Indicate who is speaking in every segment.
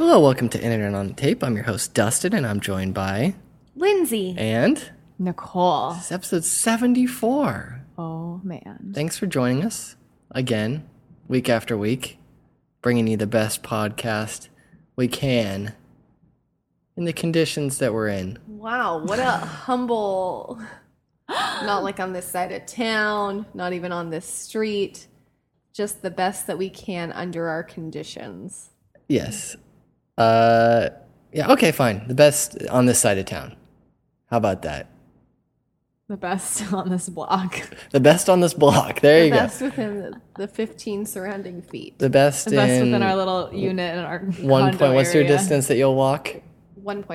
Speaker 1: Hello, welcome to Internet on Tape. I'm your host, Dustin, and I'm joined by.
Speaker 2: Lindsay.
Speaker 1: And
Speaker 2: Nicole.
Speaker 1: it's episode 74.
Speaker 2: Oh man.
Speaker 1: Thanks for joining us again, week after week, bringing you the best podcast we can in the conditions that we're in.
Speaker 3: Wow, what a humble. Not like on this side of town, not even on this street. Just the best that we can under our conditions.
Speaker 1: Yes. Uh, yeah, okay, fine. The best on this side of town. How about that?
Speaker 2: The best on this block.
Speaker 1: The best on this block. There you
Speaker 3: the
Speaker 1: go.
Speaker 3: best within the, the 15 surrounding feet.
Speaker 1: The best,
Speaker 2: The best
Speaker 1: in
Speaker 2: within our little unit and our
Speaker 1: one
Speaker 2: condo
Speaker 1: point. What's your
Speaker 2: area.
Speaker 1: distance that you'll walk?
Speaker 3: 1.8.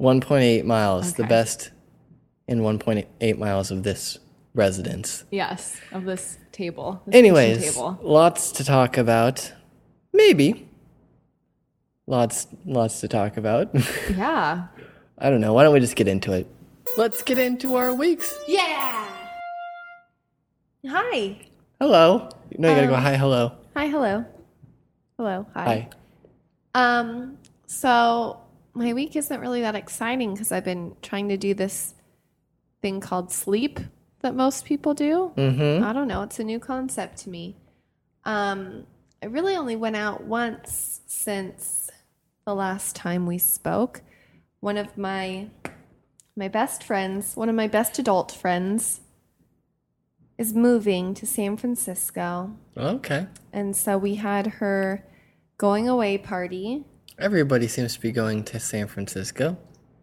Speaker 1: 1.8 miles, the
Speaker 2: Okay.
Speaker 1: best in 1.8 miles of this residence.
Speaker 2: Yes, of this table. This kitchen
Speaker 1: Anyways,
Speaker 2: table.
Speaker 1: lots to talk about. Maybe. Lots lots to talk about.
Speaker 2: Yeah.
Speaker 1: I don't know. Why don't we just get into it? Let's get into our weeks.
Speaker 3: Yeah! Hi.
Speaker 1: Hello. No, you got to go
Speaker 2: Um,
Speaker 1: hi hello.
Speaker 3: Hi, hello. Hello,
Speaker 1: Hi.
Speaker 3: Um, so my week isn't really that exciting because I've been trying to do this thing called sleep that most people do.
Speaker 1: Mhm.
Speaker 3: I don't know, it's a new concept to me. Um, I really only went out once since the last time we spoke. One of my my best friends, one of my best adult friends is moving to San Francisco.
Speaker 1: Okay.
Speaker 3: And so we had her going away party
Speaker 1: Everybody seems to be going to San Francisco.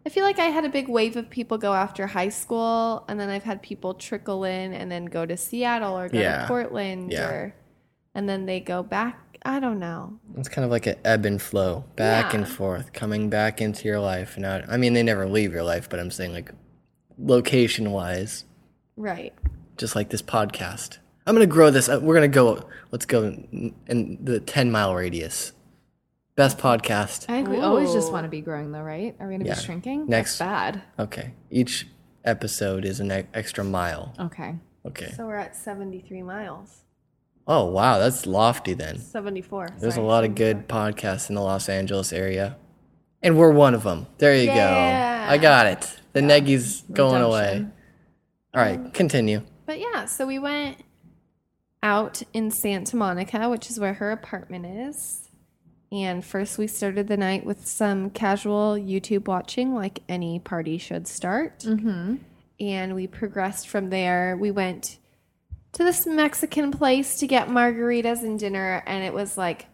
Speaker 3: I feel like I had a big wave of people go after high school, and then I've had people trickle in and then go to Seattle or go
Speaker 1: Yeah.
Speaker 3: to Portland,
Speaker 1: Yeah.
Speaker 3: or and then they go back. I don't know.
Speaker 1: It's kind of like an ebb and flow, back and
Speaker 3: Yeah.
Speaker 1: forth, coming back into your life and out. I mean, they never leave your life, but I'm saying like location wise,
Speaker 3: Right.
Speaker 1: just like this podcast. I'm gonna grow this. uh, We're gonna go. Let's go in, in the 10 mile radius. Best podcast.
Speaker 2: I think we always just
Speaker 3: Ooh.
Speaker 2: want to be growing though, right? Are we gonna
Speaker 1: Yeah.
Speaker 2: be shrinking?
Speaker 1: Next.
Speaker 2: That's bad.
Speaker 1: Okay. Each episode is an e- extra mile.
Speaker 2: Okay.
Speaker 1: Okay.
Speaker 3: So we're at seventy-three miles,
Speaker 1: Oh wow, that's lofty then.
Speaker 3: seventy-four.
Speaker 1: There's a
Speaker 3: sorry.
Speaker 1: lot of good podcasts in the Los Angeles area, and we're one of them. There you
Speaker 3: Yeah.
Speaker 1: go. I got it. The Neggy's going away.
Speaker 2: Redemption.
Speaker 1: All right, continue.
Speaker 3: But yeah, so we went out in Santa Monica, which is where her apartment is. And first, we started the night with some casual YouTube watching, like any party should start.
Speaker 2: Mm-hmm.
Speaker 3: and we progressed from there. We went to this Mexican place to get margaritas and dinner, and it was like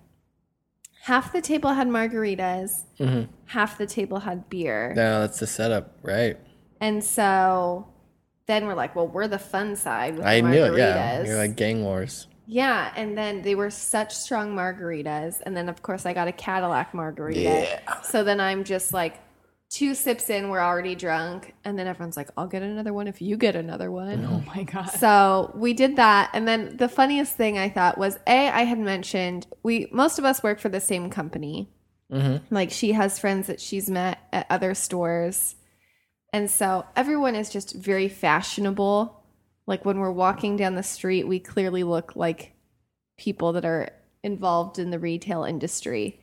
Speaker 3: half the table had margaritas,
Speaker 1: hmm
Speaker 3: half the table had beer.
Speaker 1: No, that's the setup, right?
Speaker 3: And so then we're like, well, we're the fun side with
Speaker 1: I
Speaker 3: the
Speaker 1: knew
Speaker 3: margaritas.
Speaker 1: it. Yeah, you're like gang wars.
Speaker 3: Yeah, and then they were such strong margaritas, and then of course I got a Cadillac margarita.
Speaker 1: Yeah.
Speaker 3: So then I'm just like two sips in, we're already drunk, and then everyone's like, I'll get another one if you get another one.
Speaker 2: Oh my god.
Speaker 3: So we did that, and then the funniest thing I thought was a I had mentioned we most of us work for the same company.
Speaker 1: Mhm.
Speaker 3: Like she has friends that she's met at other stores, and so everyone is just very fashionable. Like when we're walking down the street, we clearly look like people that are involved in the retail industry.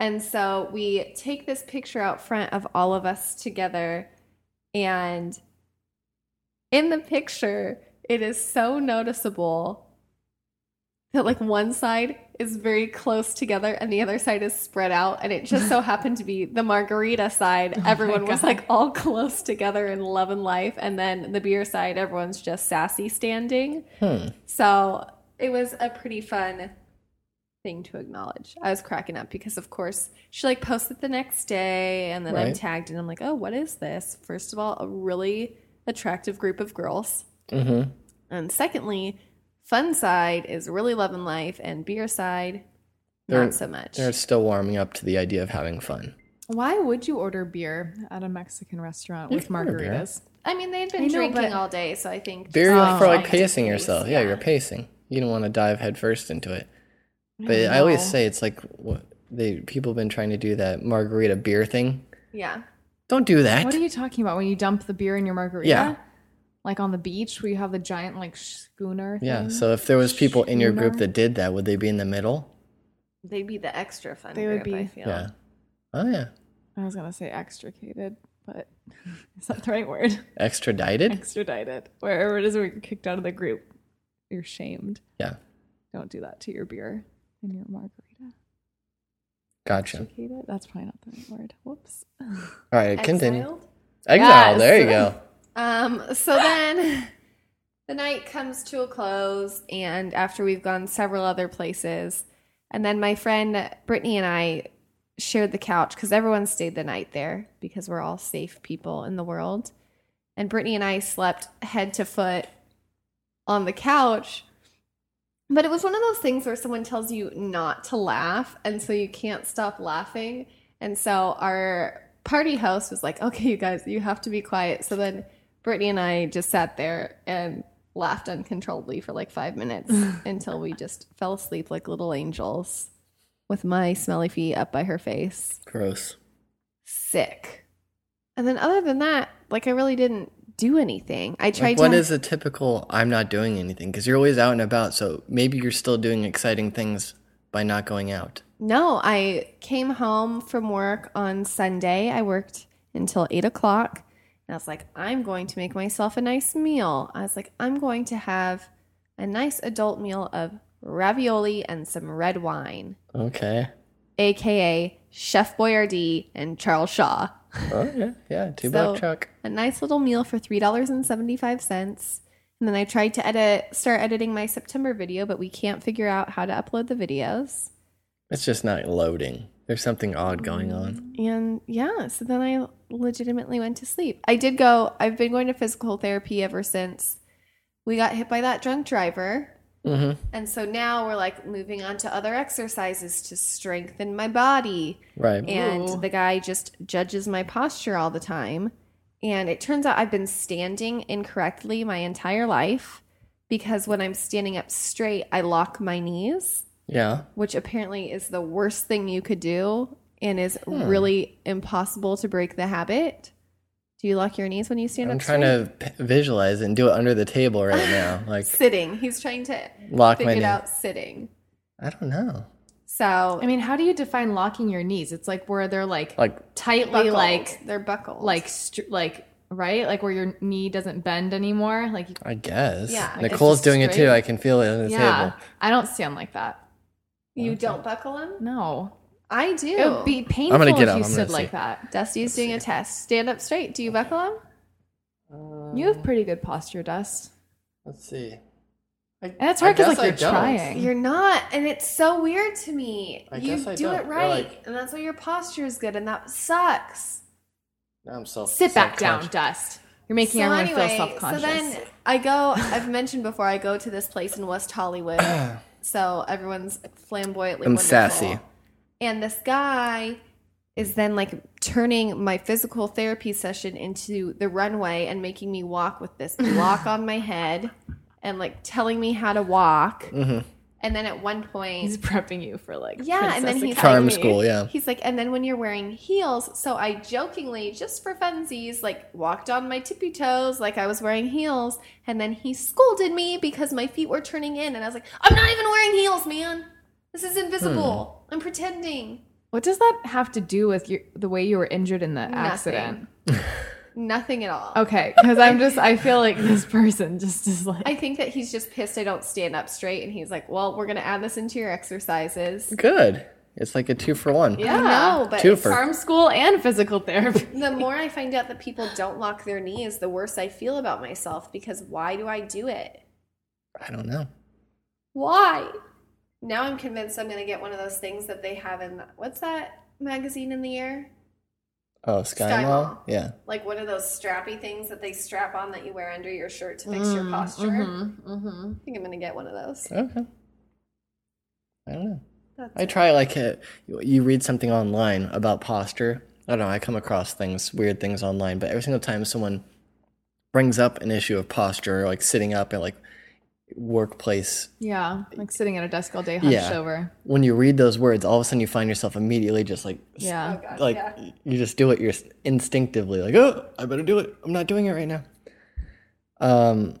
Speaker 3: And so we take this picture out front of all of us together. And in the picture, it is so noticeable that like one side is very close together and the other side is spread out. And it just so happened to be the margarita side.
Speaker 2: Oh my
Speaker 3: everyone was
Speaker 2: God.
Speaker 3: like all close together in love and life. And then the beer side, everyone's just sassy standing.
Speaker 1: Hmm.
Speaker 3: So it was a pretty fun thing to acknowledge. I was cracking up because, of course, she like posted the next day, and then I'm
Speaker 1: Right.
Speaker 3: tagged, and I'm like, oh, what is this? First of all, a really attractive group of girls,
Speaker 1: hmm
Speaker 3: and secondly, fun side is really loving life, and beer side,
Speaker 1: They're-
Speaker 3: not so much.
Speaker 1: They're still warming up to the idea of having fun.
Speaker 2: Why would you order beer at a Mexican restaurant with
Speaker 1: can order beer.
Speaker 2: margaritas?
Speaker 3: I mean, they'd
Speaker 2: I
Speaker 3: been
Speaker 2: know,
Speaker 3: drinking
Speaker 2: but-
Speaker 3: all day, so Oh, I think
Speaker 1: Very
Speaker 3: just,
Speaker 1: for like
Speaker 3: trying to
Speaker 1: pacing
Speaker 3: pace,
Speaker 1: yourself. Yeah, you're pacing. You don't want to dive headfirst into it. But I
Speaker 2: No.
Speaker 1: always say it's like what they people have been trying to do that margarita beer thing.
Speaker 3: yeah.
Speaker 1: Don't do that.
Speaker 2: What are you talking about when you dump the beer in your margarita?
Speaker 1: Yeah.
Speaker 2: Like on the beach where you have the giant like schooner.
Speaker 1: yeah.
Speaker 2: thing?
Speaker 1: So if there was people in your group
Speaker 2: Schooner.
Speaker 1: that did that, would they be in the middle?
Speaker 3: They'd be the extra fun.
Speaker 2: They would
Speaker 3: group, I
Speaker 2: be.
Speaker 3: feel.
Speaker 1: Yeah. Oh yeah,
Speaker 2: I was gonna say extricated, but is that the right word?
Speaker 1: extradited.
Speaker 2: Extradited. Wherever it is where you're kicked out of the group, you're shamed.
Speaker 1: Yeah,
Speaker 2: Don't do that to your beer and your margarita.
Speaker 1: gotcha.
Speaker 2: Extricated? That's probably not the right word. Whoops.
Speaker 1: All right, continue. Exile.
Speaker 3: Exiled? Yes.
Speaker 1: There you go.
Speaker 3: Um, so then the night comes to a close, and after we've gone several other places, and then my friend Brittany and I shared the couch because everyone stayed the night there because we're all safe people in the world. And Brittany and I slept head to foot on the couch. But it was one of those things where someone tells you not to laugh, and so you can't stop laughing. And so our party host was like, okay, you guys, you have to be quiet. So then Brittany and I just sat there and laughed uncontrollably for like five minutes until we just fell asleep like little angels with my smelly feet up by her face.
Speaker 1: Gross.
Speaker 3: Sick. And then, other than that, like I really didn't do anything. I tried
Speaker 1: Like, what
Speaker 3: to.
Speaker 1: is a typical I'm not doing anything? Because you're always out and about, so maybe you're still doing exciting things by not going out.
Speaker 3: No, I came home from work on Sunday. I worked until eight o'clock. And I was like, I'm going to make myself a nice meal. I was like, I'm going to have a nice adult meal of ravioli and some red wine,
Speaker 1: Okay.
Speaker 3: aka Chef Boyardee and Charles Shaw.
Speaker 1: Oh yeah, yeah. Two
Speaker 3: So-
Speaker 1: buck truck.
Speaker 3: A nice little meal for $3.75. And then I tried to edit, start editing my September video, but we can't figure out how to upload the videos.
Speaker 1: It's just not loading. There's something odd going on.
Speaker 3: And yeah, so then I legitimately went to sleep. I did go, I've been going to physical therapy ever since we got hit by that drunk driver.
Speaker 1: hmm
Speaker 3: And so now we're like moving on to other exercises to strengthen my body.
Speaker 1: Right.
Speaker 3: And
Speaker 2: Ooh.
Speaker 3: the guy just judges my posture all the time. And it turns out I've been standing incorrectly my entire life because when I'm standing up straight, I lock my knees
Speaker 1: Yeah.
Speaker 3: which apparently is the worst thing you could do and is
Speaker 1: Hmm.
Speaker 3: really impossible to break the habit. Do you lock your knees when you stand
Speaker 1: I'm
Speaker 3: up?
Speaker 1: trying
Speaker 3: straight?
Speaker 1: to p- visualize it and do it under the table right now. Like
Speaker 3: sitting. He's trying to
Speaker 1: lock
Speaker 3: figure
Speaker 1: my
Speaker 3: it
Speaker 1: knee.
Speaker 3: out sitting.
Speaker 1: I don't know.
Speaker 3: So
Speaker 2: I mean, how do you define locking your knees? It's like where they're like,
Speaker 1: Like
Speaker 2: tightly
Speaker 3: buckled.
Speaker 2: like
Speaker 3: they're buckled.
Speaker 2: like str- like right like where your knee doesn't bend anymore. Like
Speaker 1: I guess.
Speaker 3: Yeah, it's
Speaker 1: Nicole's
Speaker 2: just
Speaker 1: doing it too.
Speaker 2: straight.
Speaker 1: I can feel it on the
Speaker 2: yeah,
Speaker 1: table.
Speaker 2: I don't stand like that.
Speaker 3: you don't buckle them.
Speaker 2: No,
Speaker 3: I do.
Speaker 2: it would Oh, be painful
Speaker 1: I'm gonna get
Speaker 2: if
Speaker 1: up.
Speaker 2: you
Speaker 1: I'm
Speaker 2: stood
Speaker 1: gonna
Speaker 2: like
Speaker 1: see.
Speaker 2: that.
Speaker 3: Dusty's doing a test. Stand up straight. Do you buckle them?
Speaker 2: You have pretty good posture, Dust.
Speaker 1: Uh, Let's see.
Speaker 2: And it's hard because
Speaker 1: guess
Speaker 2: like
Speaker 1: I
Speaker 2: you're
Speaker 1: don't.
Speaker 2: trying.
Speaker 3: You're not, and it's so weird to me.
Speaker 1: I
Speaker 3: you
Speaker 1: guess I
Speaker 3: do
Speaker 1: don't.
Speaker 3: it
Speaker 1: You're
Speaker 3: right,
Speaker 1: like-
Speaker 3: and that's why your posture is good, and that sucks.
Speaker 1: Now I'm self.
Speaker 2: Sit back down,
Speaker 1: self-conscious.
Speaker 2: Dust. You're making everyone feel self-conscious.
Speaker 3: So then I go, I've mentioned before, I go to this place in West Hollywood. so everyone's flamboyantly
Speaker 1: I'm
Speaker 3: wonderful.
Speaker 1: sassy.
Speaker 3: And this guy is then like turning my physical therapy session into the runway and making me walk with this block on my head and like telling me how to walk.
Speaker 1: Mhm.
Speaker 3: And then at one point,
Speaker 2: he's prepping you for like
Speaker 3: yeah, and then
Speaker 2: Princess
Speaker 3: he's like-
Speaker 1: Charm school, yeah.
Speaker 3: He's like, and then when you're wearing heels, so I jokingly, just for funsies, like walked on my tippy toes like I was wearing heels, and then he scolded me because my feet were turning in, and I was like, I'm not even wearing heels, man. This is invisible.
Speaker 1: Hmm.
Speaker 3: I'm pretending.
Speaker 2: What does that have to do with your, the way you were injured in the accident?
Speaker 3: Nothing at all.
Speaker 2: Okay, because I'm just I feel like this person just is like
Speaker 3: I think that he's just pissed I don't stand up straight, and he's like, well, we're gonna add this into your exercises.
Speaker 1: Good. It's like a two for one.
Speaker 3: I know, but
Speaker 1: Two
Speaker 3: it's-
Speaker 1: for
Speaker 2: farm school and physical therapy.
Speaker 3: the more I find out that people don't lock their knees, the worse I feel about myself because why do I do it?
Speaker 1: I don't know.
Speaker 3: Why? Now I'm convinced I'm going to get one of those things that they have in what's that magazine in the air?
Speaker 1: Oh, Skymall.
Speaker 3: Skymall.
Speaker 1: Yeah.
Speaker 3: Like one of those strappy things that they strap on that you wear under your shirt to fix
Speaker 2: Mm,
Speaker 3: your posture.
Speaker 2: mm-hmm.
Speaker 3: I think I'm going to get one of those.
Speaker 1: Okay. I don't know.
Speaker 3: That's
Speaker 1: I try like a, you read something online about posture. I don't know. I come across things, weird things online, but every single time someone brings up an issue of posture, like sitting up at like workplace,
Speaker 2: Yeah, like sitting at a desk all day, hunched
Speaker 1: Yeah.
Speaker 2: over.
Speaker 1: when you read those words, all of a sudden you find yourself immediately just like, s-
Speaker 2: Yeah,
Speaker 3: Oh, gosh,
Speaker 1: like
Speaker 3: yeah.
Speaker 1: you just do it. You're instinctively like, oh, I better do it. I'm not doing it right now. Um,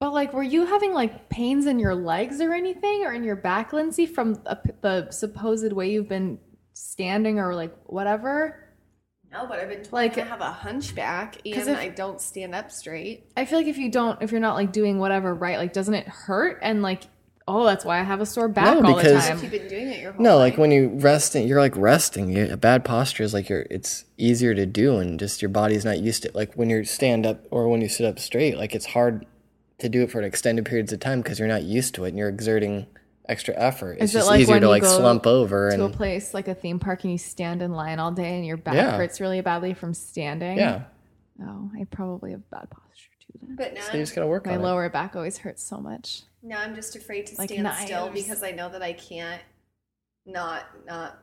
Speaker 2: but like, were you having like pains in your legs or anything, or in your back, Lindsay, from a p the supposed way you've been standing or like whatever.
Speaker 3: No, but I've been told
Speaker 2: Like- uh,
Speaker 3: I have a hunchback and
Speaker 2: 'Cause if-
Speaker 3: I don't stand up straight.
Speaker 2: I feel like if you don't, if you're not like doing whatever right, like doesn't it hurt? And like, oh, that's why I have a sore back
Speaker 1: No,
Speaker 2: all
Speaker 1: because-
Speaker 2: the
Speaker 3: If
Speaker 2: time.
Speaker 3: you've been doing it your whole
Speaker 1: No, like
Speaker 3: life.
Speaker 1: when you resting, you're like resting. You, a bad posture is like you're. It's easier to do, and just your body's not used to. Like when you stand up or when you sit up straight, like it's hard to do it for extended periods of time because you're not used to it, and you're exerting extra effort. It's
Speaker 2: Is it
Speaker 1: just
Speaker 2: like
Speaker 1: easier
Speaker 2: when
Speaker 1: to
Speaker 2: you
Speaker 1: like
Speaker 2: go
Speaker 1: slump over
Speaker 2: To a
Speaker 1: and
Speaker 2: place like a theme park and you stand in line all day and your back
Speaker 1: Yeah.
Speaker 2: hurts really badly from standing.
Speaker 1: yeah.
Speaker 2: Oh, I probably have bad posture too then.
Speaker 3: But now,
Speaker 1: So you
Speaker 3: I'm,
Speaker 1: just gotta work
Speaker 2: My
Speaker 1: on it.
Speaker 2: lower back always hurts so much.
Speaker 3: now I'm just afraid to
Speaker 2: Like
Speaker 3: stand still
Speaker 2: knives.
Speaker 3: because I know that I can't not not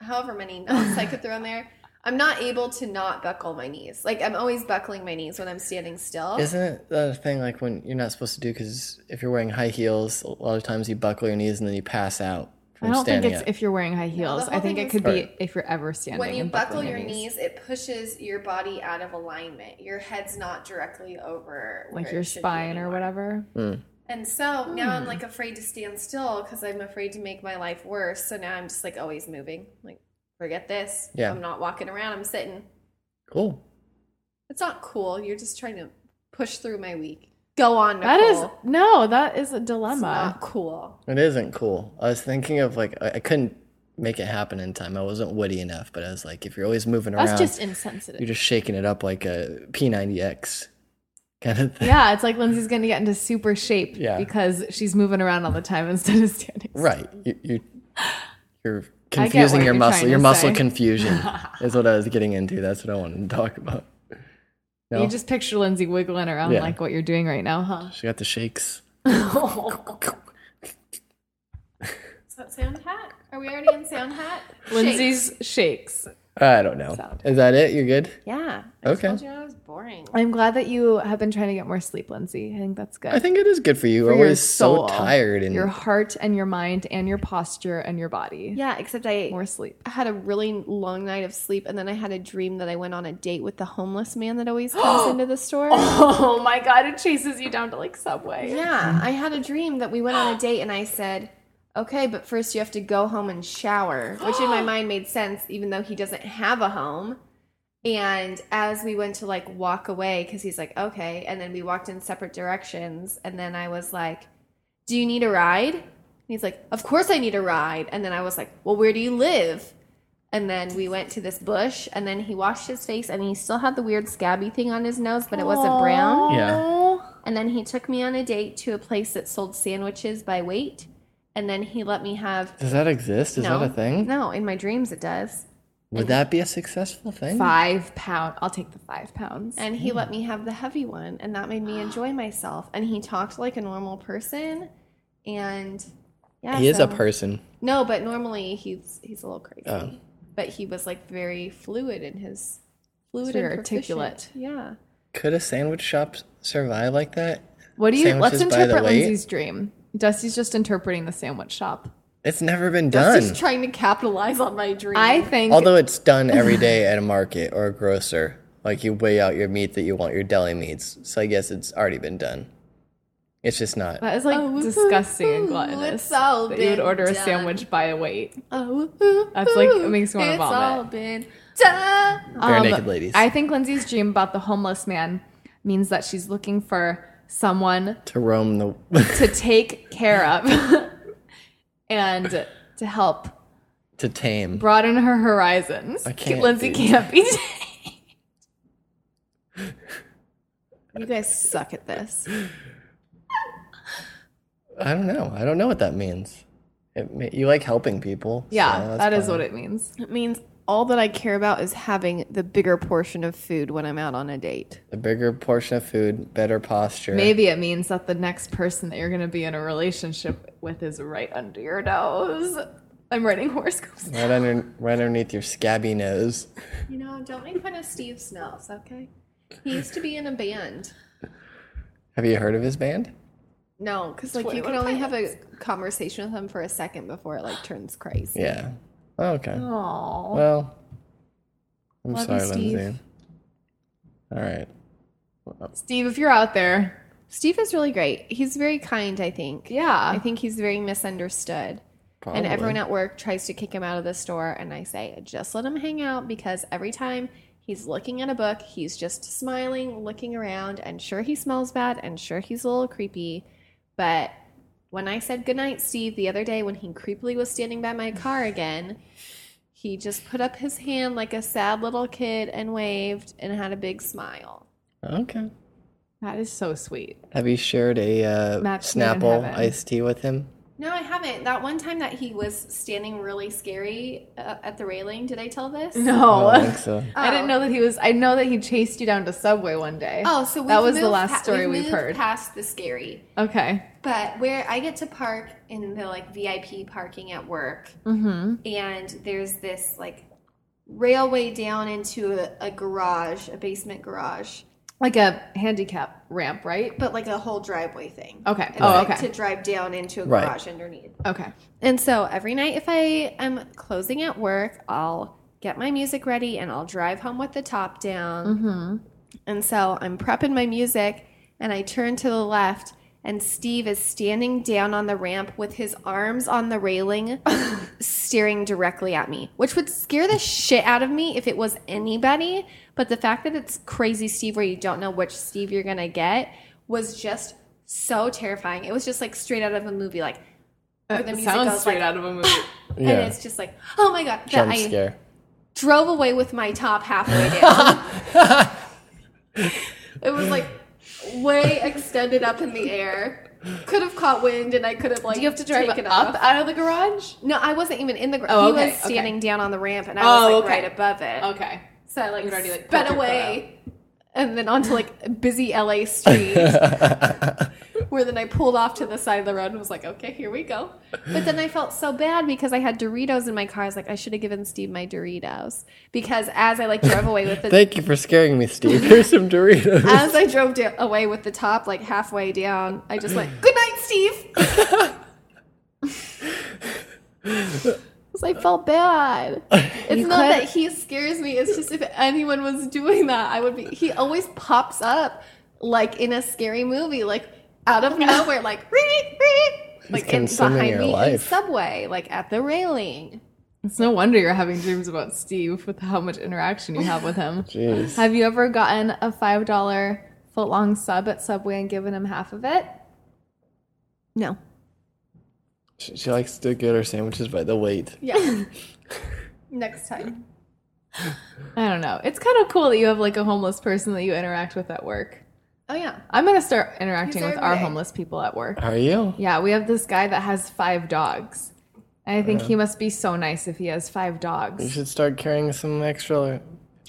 Speaker 3: however many knots I could throw in there. I'm not able to not buckle my knees. Like I'm always buckling my knees when I'm standing still.
Speaker 2: Oh.
Speaker 1: Isn't it the thing like when you're not supposed to do because if you're wearing high heels, a lot of times you buckle your knees and then you pass out from
Speaker 2: I don't think
Speaker 1: standing
Speaker 2: it's
Speaker 1: up.
Speaker 2: if you're wearing high heels.
Speaker 3: the
Speaker 2: I
Speaker 3: whole
Speaker 2: think
Speaker 3: thing
Speaker 2: it
Speaker 3: is-
Speaker 2: could be
Speaker 1: Right.
Speaker 2: if you're ever standing.
Speaker 3: when you
Speaker 2: and
Speaker 3: buckle
Speaker 2: buckling
Speaker 3: your knees, it pushes your body out of alignment. Your head's not directly over where
Speaker 2: like
Speaker 3: it
Speaker 2: your
Speaker 3: should be
Speaker 2: spine or
Speaker 3: anymore.
Speaker 2: whatever. Hmm.
Speaker 3: And so now I'm like afraid to stand still because I'm afraid to make my life worse. So now I'm just like always moving. Like, forget this.
Speaker 1: Yeah.
Speaker 3: I'm not walking around. I'm sitting.
Speaker 1: cool.
Speaker 3: It's not cool. You're just trying to push through my week. Go on, Nicole.
Speaker 2: That is no, that is a
Speaker 3: It's
Speaker 2: dilemma.
Speaker 3: not cool.
Speaker 1: It isn't cool. I was thinking of like I, I couldn't make it happen in time. I wasn't woody enough, but I was like, if you're always moving around,
Speaker 2: That's just insensitive.
Speaker 1: you're just shaking it up like a P90X kind of thing.
Speaker 2: yeah, it's like Lindsay's going to get into super shape
Speaker 1: Yeah.
Speaker 2: because she's moving around all the time instead of standing.
Speaker 1: Right. You, you, you're
Speaker 2: what
Speaker 1: confusing your
Speaker 2: you're
Speaker 1: muscle.
Speaker 2: trying
Speaker 1: Your
Speaker 2: to
Speaker 1: muscle
Speaker 2: say.
Speaker 1: confusion is what I was getting into. That's what I wanted to talk about. No,
Speaker 2: You just picture Lindsay wiggling around
Speaker 1: Yeah.
Speaker 2: like what you're doing right now, huh?
Speaker 1: she got the shakes.
Speaker 3: Is that sound hat? Are we already in sound hat?
Speaker 2: Lindsay's shakes.
Speaker 1: I don't know.
Speaker 2: Sound.
Speaker 1: Is that it? You're good?
Speaker 3: Yeah. I
Speaker 1: Okay.
Speaker 3: told you I was boring.
Speaker 2: I'm glad that you have been trying to get more sleep, Lindsay. I think that's good.
Speaker 1: I think it is good for you.
Speaker 2: For
Speaker 1: You're
Speaker 2: your
Speaker 1: always so
Speaker 2: soul,
Speaker 1: tired and
Speaker 2: your heart and your mind and your posture and your body.
Speaker 3: Yeah, except I
Speaker 2: More sleep.
Speaker 3: I had a really long night of sleep and then I had a dream that I went on a date with the homeless man that always comes into the store.
Speaker 2: Oh my god, it chases you down to like Subway.
Speaker 3: Yeah, I had a dream that we went on a date and I said, okay, but first you have to go home and shower, which in my mind made sense, even though he doesn't have a home. And as we went to like walk away, because he's like, okay. And then we walked in separate directions. And then I was like, do you need a ride? And he's like, of course I need a ride. And then I was like, well, where do you live? And then we went to this bush, and then he washed his face, and he still had the weird scabby thing on his nose, but it wasn't brown.
Speaker 1: Yeah.
Speaker 3: And then he took me on a date to a place that sold sandwiches by weight. And then he let me have.
Speaker 1: Does that exist? Is
Speaker 3: no,
Speaker 1: that a thing?
Speaker 3: No, in my dreams it does.
Speaker 1: Would that be a successful thing?
Speaker 2: Five pound. I'll take the five pounds.
Speaker 3: And he let me have the heavy one, and that made me enjoy myself. And he talked like a normal person, and yeah,
Speaker 1: He is
Speaker 3: so-
Speaker 1: a person.
Speaker 3: No, but normally he's he's a little crazy.
Speaker 1: Oh.
Speaker 3: But he was like very fluid in his fluid
Speaker 2: very
Speaker 3: and proficient.
Speaker 2: articulate.
Speaker 3: Yeah,
Speaker 1: Could a sandwich shop survive like that?
Speaker 2: what do you? Let's
Speaker 1: Sandwiches by the
Speaker 2: interpret
Speaker 1: weight?
Speaker 2: Lindsay's dream. Dusty's just interpreting the sandwich shop.
Speaker 1: It's never been done.
Speaker 3: just trying to capitalize on my dream.
Speaker 2: I think.
Speaker 1: Although it's done every day at a market or a grocer. Like you weigh out your meat that you want, your deli meats. So I guess it's already been done. It's just not.
Speaker 2: that is like
Speaker 3: Oh,
Speaker 2: disgusting and
Speaker 3: it's
Speaker 2: gluttonous.
Speaker 3: all
Speaker 2: That you would
Speaker 3: been
Speaker 2: order a
Speaker 3: done.
Speaker 2: sandwich by a weight.
Speaker 3: Oh, ooh,
Speaker 2: That's like- it
Speaker 3: ooh,
Speaker 2: makes me wanna
Speaker 3: it's
Speaker 2: vomit.
Speaker 3: all been done.
Speaker 1: Bare naked ladies.
Speaker 2: um, I think Lindsay's dream about the homeless man means that she's looking for someone
Speaker 1: to roam the
Speaker 2: to take care of and to help
Speaker 1: to tame.
Speaker 2: broaden her horizons.
Speaker 1: I can't
Speaker 2: Lindsay
Speaker 1: do-
Speaker 2: can't be.
Speaker 3: You guys suck at this.
Speaker 1: I don't know. I don't know what that means. It, ma- you like helping people.
Speaker 2: yeah, that is what it means.
Speaker 3: It means all that I care about is having the bigger portion of food when I'm out on a date.
Speaker 1: The bigger portion of food, better posture.
Speaker 2: Maybe it means that the next person that you're going to be in a relationship with is right under your nose. I'm writing horoscopes.
Speaker 1: Right, under, right underneath your scabby nose.
Speaker 3: You know, don't make fun of Steve Snells, okay? He used to be in a band.
Speaker 1: Have you heard of his band?
Speaker 3: No, because like you
Speaker 2: 21
Speaker 3: can only have a conversation with him for a second before it like turns crazy.
Speaker 1: Yeah. Oh, okay.
Speaker 2: Aww.
Speaker 1: Well, I'm
Speaker 3: Love you,
Speaker 1: sorry,
Speaker 3: Steve.
Speaker 1: Lindsay. All right.
Speaker 2: Steve, if you're out there,
Speaker 3: Steve is really great. He's very kind, I think. I
Speaker 2: yeah.
Speaker 3: think he's very misunderstood.
Speaker 1: Probably.
Speaker 3: And everyone at work tries to kick him out of the store. And I say, just let him hang out because every time he's looking at a book, he's just smiling, looking around. And sure, he smells bad. And sure, he's a little creepy. But when I said goodnight, Steve, the other day when he creepily was standing by my car again, he just put up his hand like a sad little kid and waved and had a big smile.
Speaker 1: Okay.
Speaker 2: That is so sweet.
Speaker 1: Have you shared a uh,
Speaker 2: Match made in
Speaker 1: Snapple
Speaker 2: heaven.
Speaker 1: iced tea with him?
Speaker 3: No, I haven't. That one time that he was standing really scary uh, at the railing, did I tell this?
Speaker 2: No.
Speaker 1: Oh, I don't think so.
Speaker 2: I didn't
Speaker 3: Oh.
Speaker 2: know that he was. I know that he chased you down to Subway one day.
Speaker 3: Oh, so we've
Speaker 2: that was the
Speaker 3: moved
Speaker 2: last
Speaker 3: pa-
Speaker 2: story
Speaker 3: we've
Speaker 2: we've,
Speaker 3: moved
Speaker 2: heard.
Speaker 3: Past the scary,
Speaker 2: okay.
Speaker 3: but where I get to park in the like VIP parking at work,
Speaker 2: Mm-hmm.
Speaker 3: and there's this like railway down into a, a garage, a basement garage,
Speaker 2: Like a handicap ramp, right?
Speaker 3: but like a whole driveway thing.
Speaker 2: Okay.
Speaker 3: It's
Speaker 2: oh,
Speaker 3: like
Speaker 2: okay.
Speaker 3: To drive down into a
Speaker 1: Right.
Speaker 3: garage underneath.
Speaker 2: okay.
Speaker 3: And so every night, if I am closing at work, I'll get my music ready and I'll drive home with the top down.
Speaker 2: Mm-hmm.
Speaker 3: And so I'm prepping my music and I turn to the left and Steve is standing down on the ramp with his arms on the railing staring directly at me, which would scare the shit out of me if it was anybody, but the fact that it's crazy Steve where you don't know which Steve you're going to get was just so terrifying. It was just like straight out of a movie like Or the
Speaker 2: That
Speaker 3: music
Speaker 2: sounds
Speaker 3: goes
Speaker 2: straight
Speaker 3: like-
Speaker 2: out of a movie.
Speaker 3: and
Speaker 1: Yeah.
Speaker 3: it's just like, "Oh my god, that
Speaker 1: Jump
Speaker 3: I
Speaker 1: scare.
Speaker 3: drove away with my top halfway down. it was like way extended up in the air. Could have caught wind, and I could have like.
Speaker 2: Do you have to drive
Speaker 3: taken
Speaker 2: up
Speaker 3: off.
Speaker 2: out of the garage?
Speaker 3: No, I wasn't even in the. ground.
Speaker 2: Oh,
Speaker 3: he
Speaker 2: okay,
Speaker 3: was standing down on the ramp, and I
Speaker 2: Oh,
Speaker 3: was like
Speaker 2: okay.
Speaker 3: right above it.
Speaker 2: Okay.
Speaker 3: So I like
Speaker 2: You'd already, like,
Speaker 3: sped
Speaker 2: poked your foot
Speaker 3: away, and then onto like busy LA street, where then I pulled off to the side of the road and was like, okay, here we go. But then I felt so bad because I had Doritos in my car. I was like, I should have given Steve my Doritos because as I like drove away with the
Speaker 1: Thank you for scaring me, Steve. Here's some Doritos.
Speaker 3: as I drove da- away with the top, like halfway down, I just went, "Good night, Steve." 'Cause I felt bad. It's not
Speaker 2: could-
Speaker 3: that he scares me. It's just if anyone was doing that, I would be. He always pops up like in a scary movie, like out of nowhere, like "Reek, reek," like in
Speaker 1: consuming
Speaker 3: behind
Speaker 1: your
Speaker 3: me in
Speaker 1: life.
Speaker 3: subway, like at the railing.
Speaker 2: It's no wonder you're having dreams about Steve with how much interaction you have with him.
Speaker 1: Jeez.
Speaker 2: Have you ever gotten a five dollar foot long sub at Subway and given him half of it?
Speaker 3: No.
Speaker 1: She, she likes to get her sandwiches by the weight.
Speaker 3: Yeah. Next time.
Speaker 2: I don't know. It's kind of cool that you have like a homeless person that you interact with at work.
Speaker 3: Oh yeah.
Speaker 2: I'm gonna start interacting
Speaker 3: He's
Speaker 2: with
Speaker 3: our
Speaker 2: our
Speaker 3: guy.
Speaker 2: homeless people at work.
Speaker 1: Are you?
Speaker 2: Yeah, we have this guy that has five dogs. And I think he must be so nice if he has five
Speaker 1: You
Speaker 2: dogs.
Speaker 1: should start carrying some extra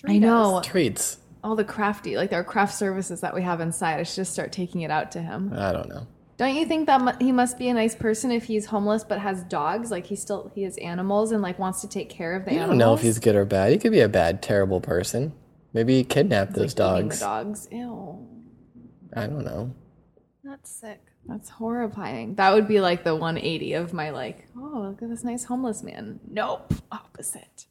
Speaker 2: I know
Speaker 1: treats.
Speaker 2: all the crafty, like our craft services that we have inside. I should just start taking it out to him.
Speaker 1: I don't know.
Speaker 2: Don't you think that mu- he must be a nice person if he's homeless but has dogs? Like he still he has animals and like wants to take care of the
Speaker 1: I
Speaker 2: animals.
Speaker 1: don't know if he's good or bad. He could be a bad, terrible person. Maybe he kidnapped
Speaker 2: Like,
Speaker 1: those
Speaker 2: feeding the
Speaker 1: dogs.
Speaker 2: dogs. Ew.
Speaker 1: I don't know.
Speaker 3: That's sick.
Speaker 2: That's horrifying. That would be like the 180 of my like, oh, look at this nice homeless man. Nope. Opposite.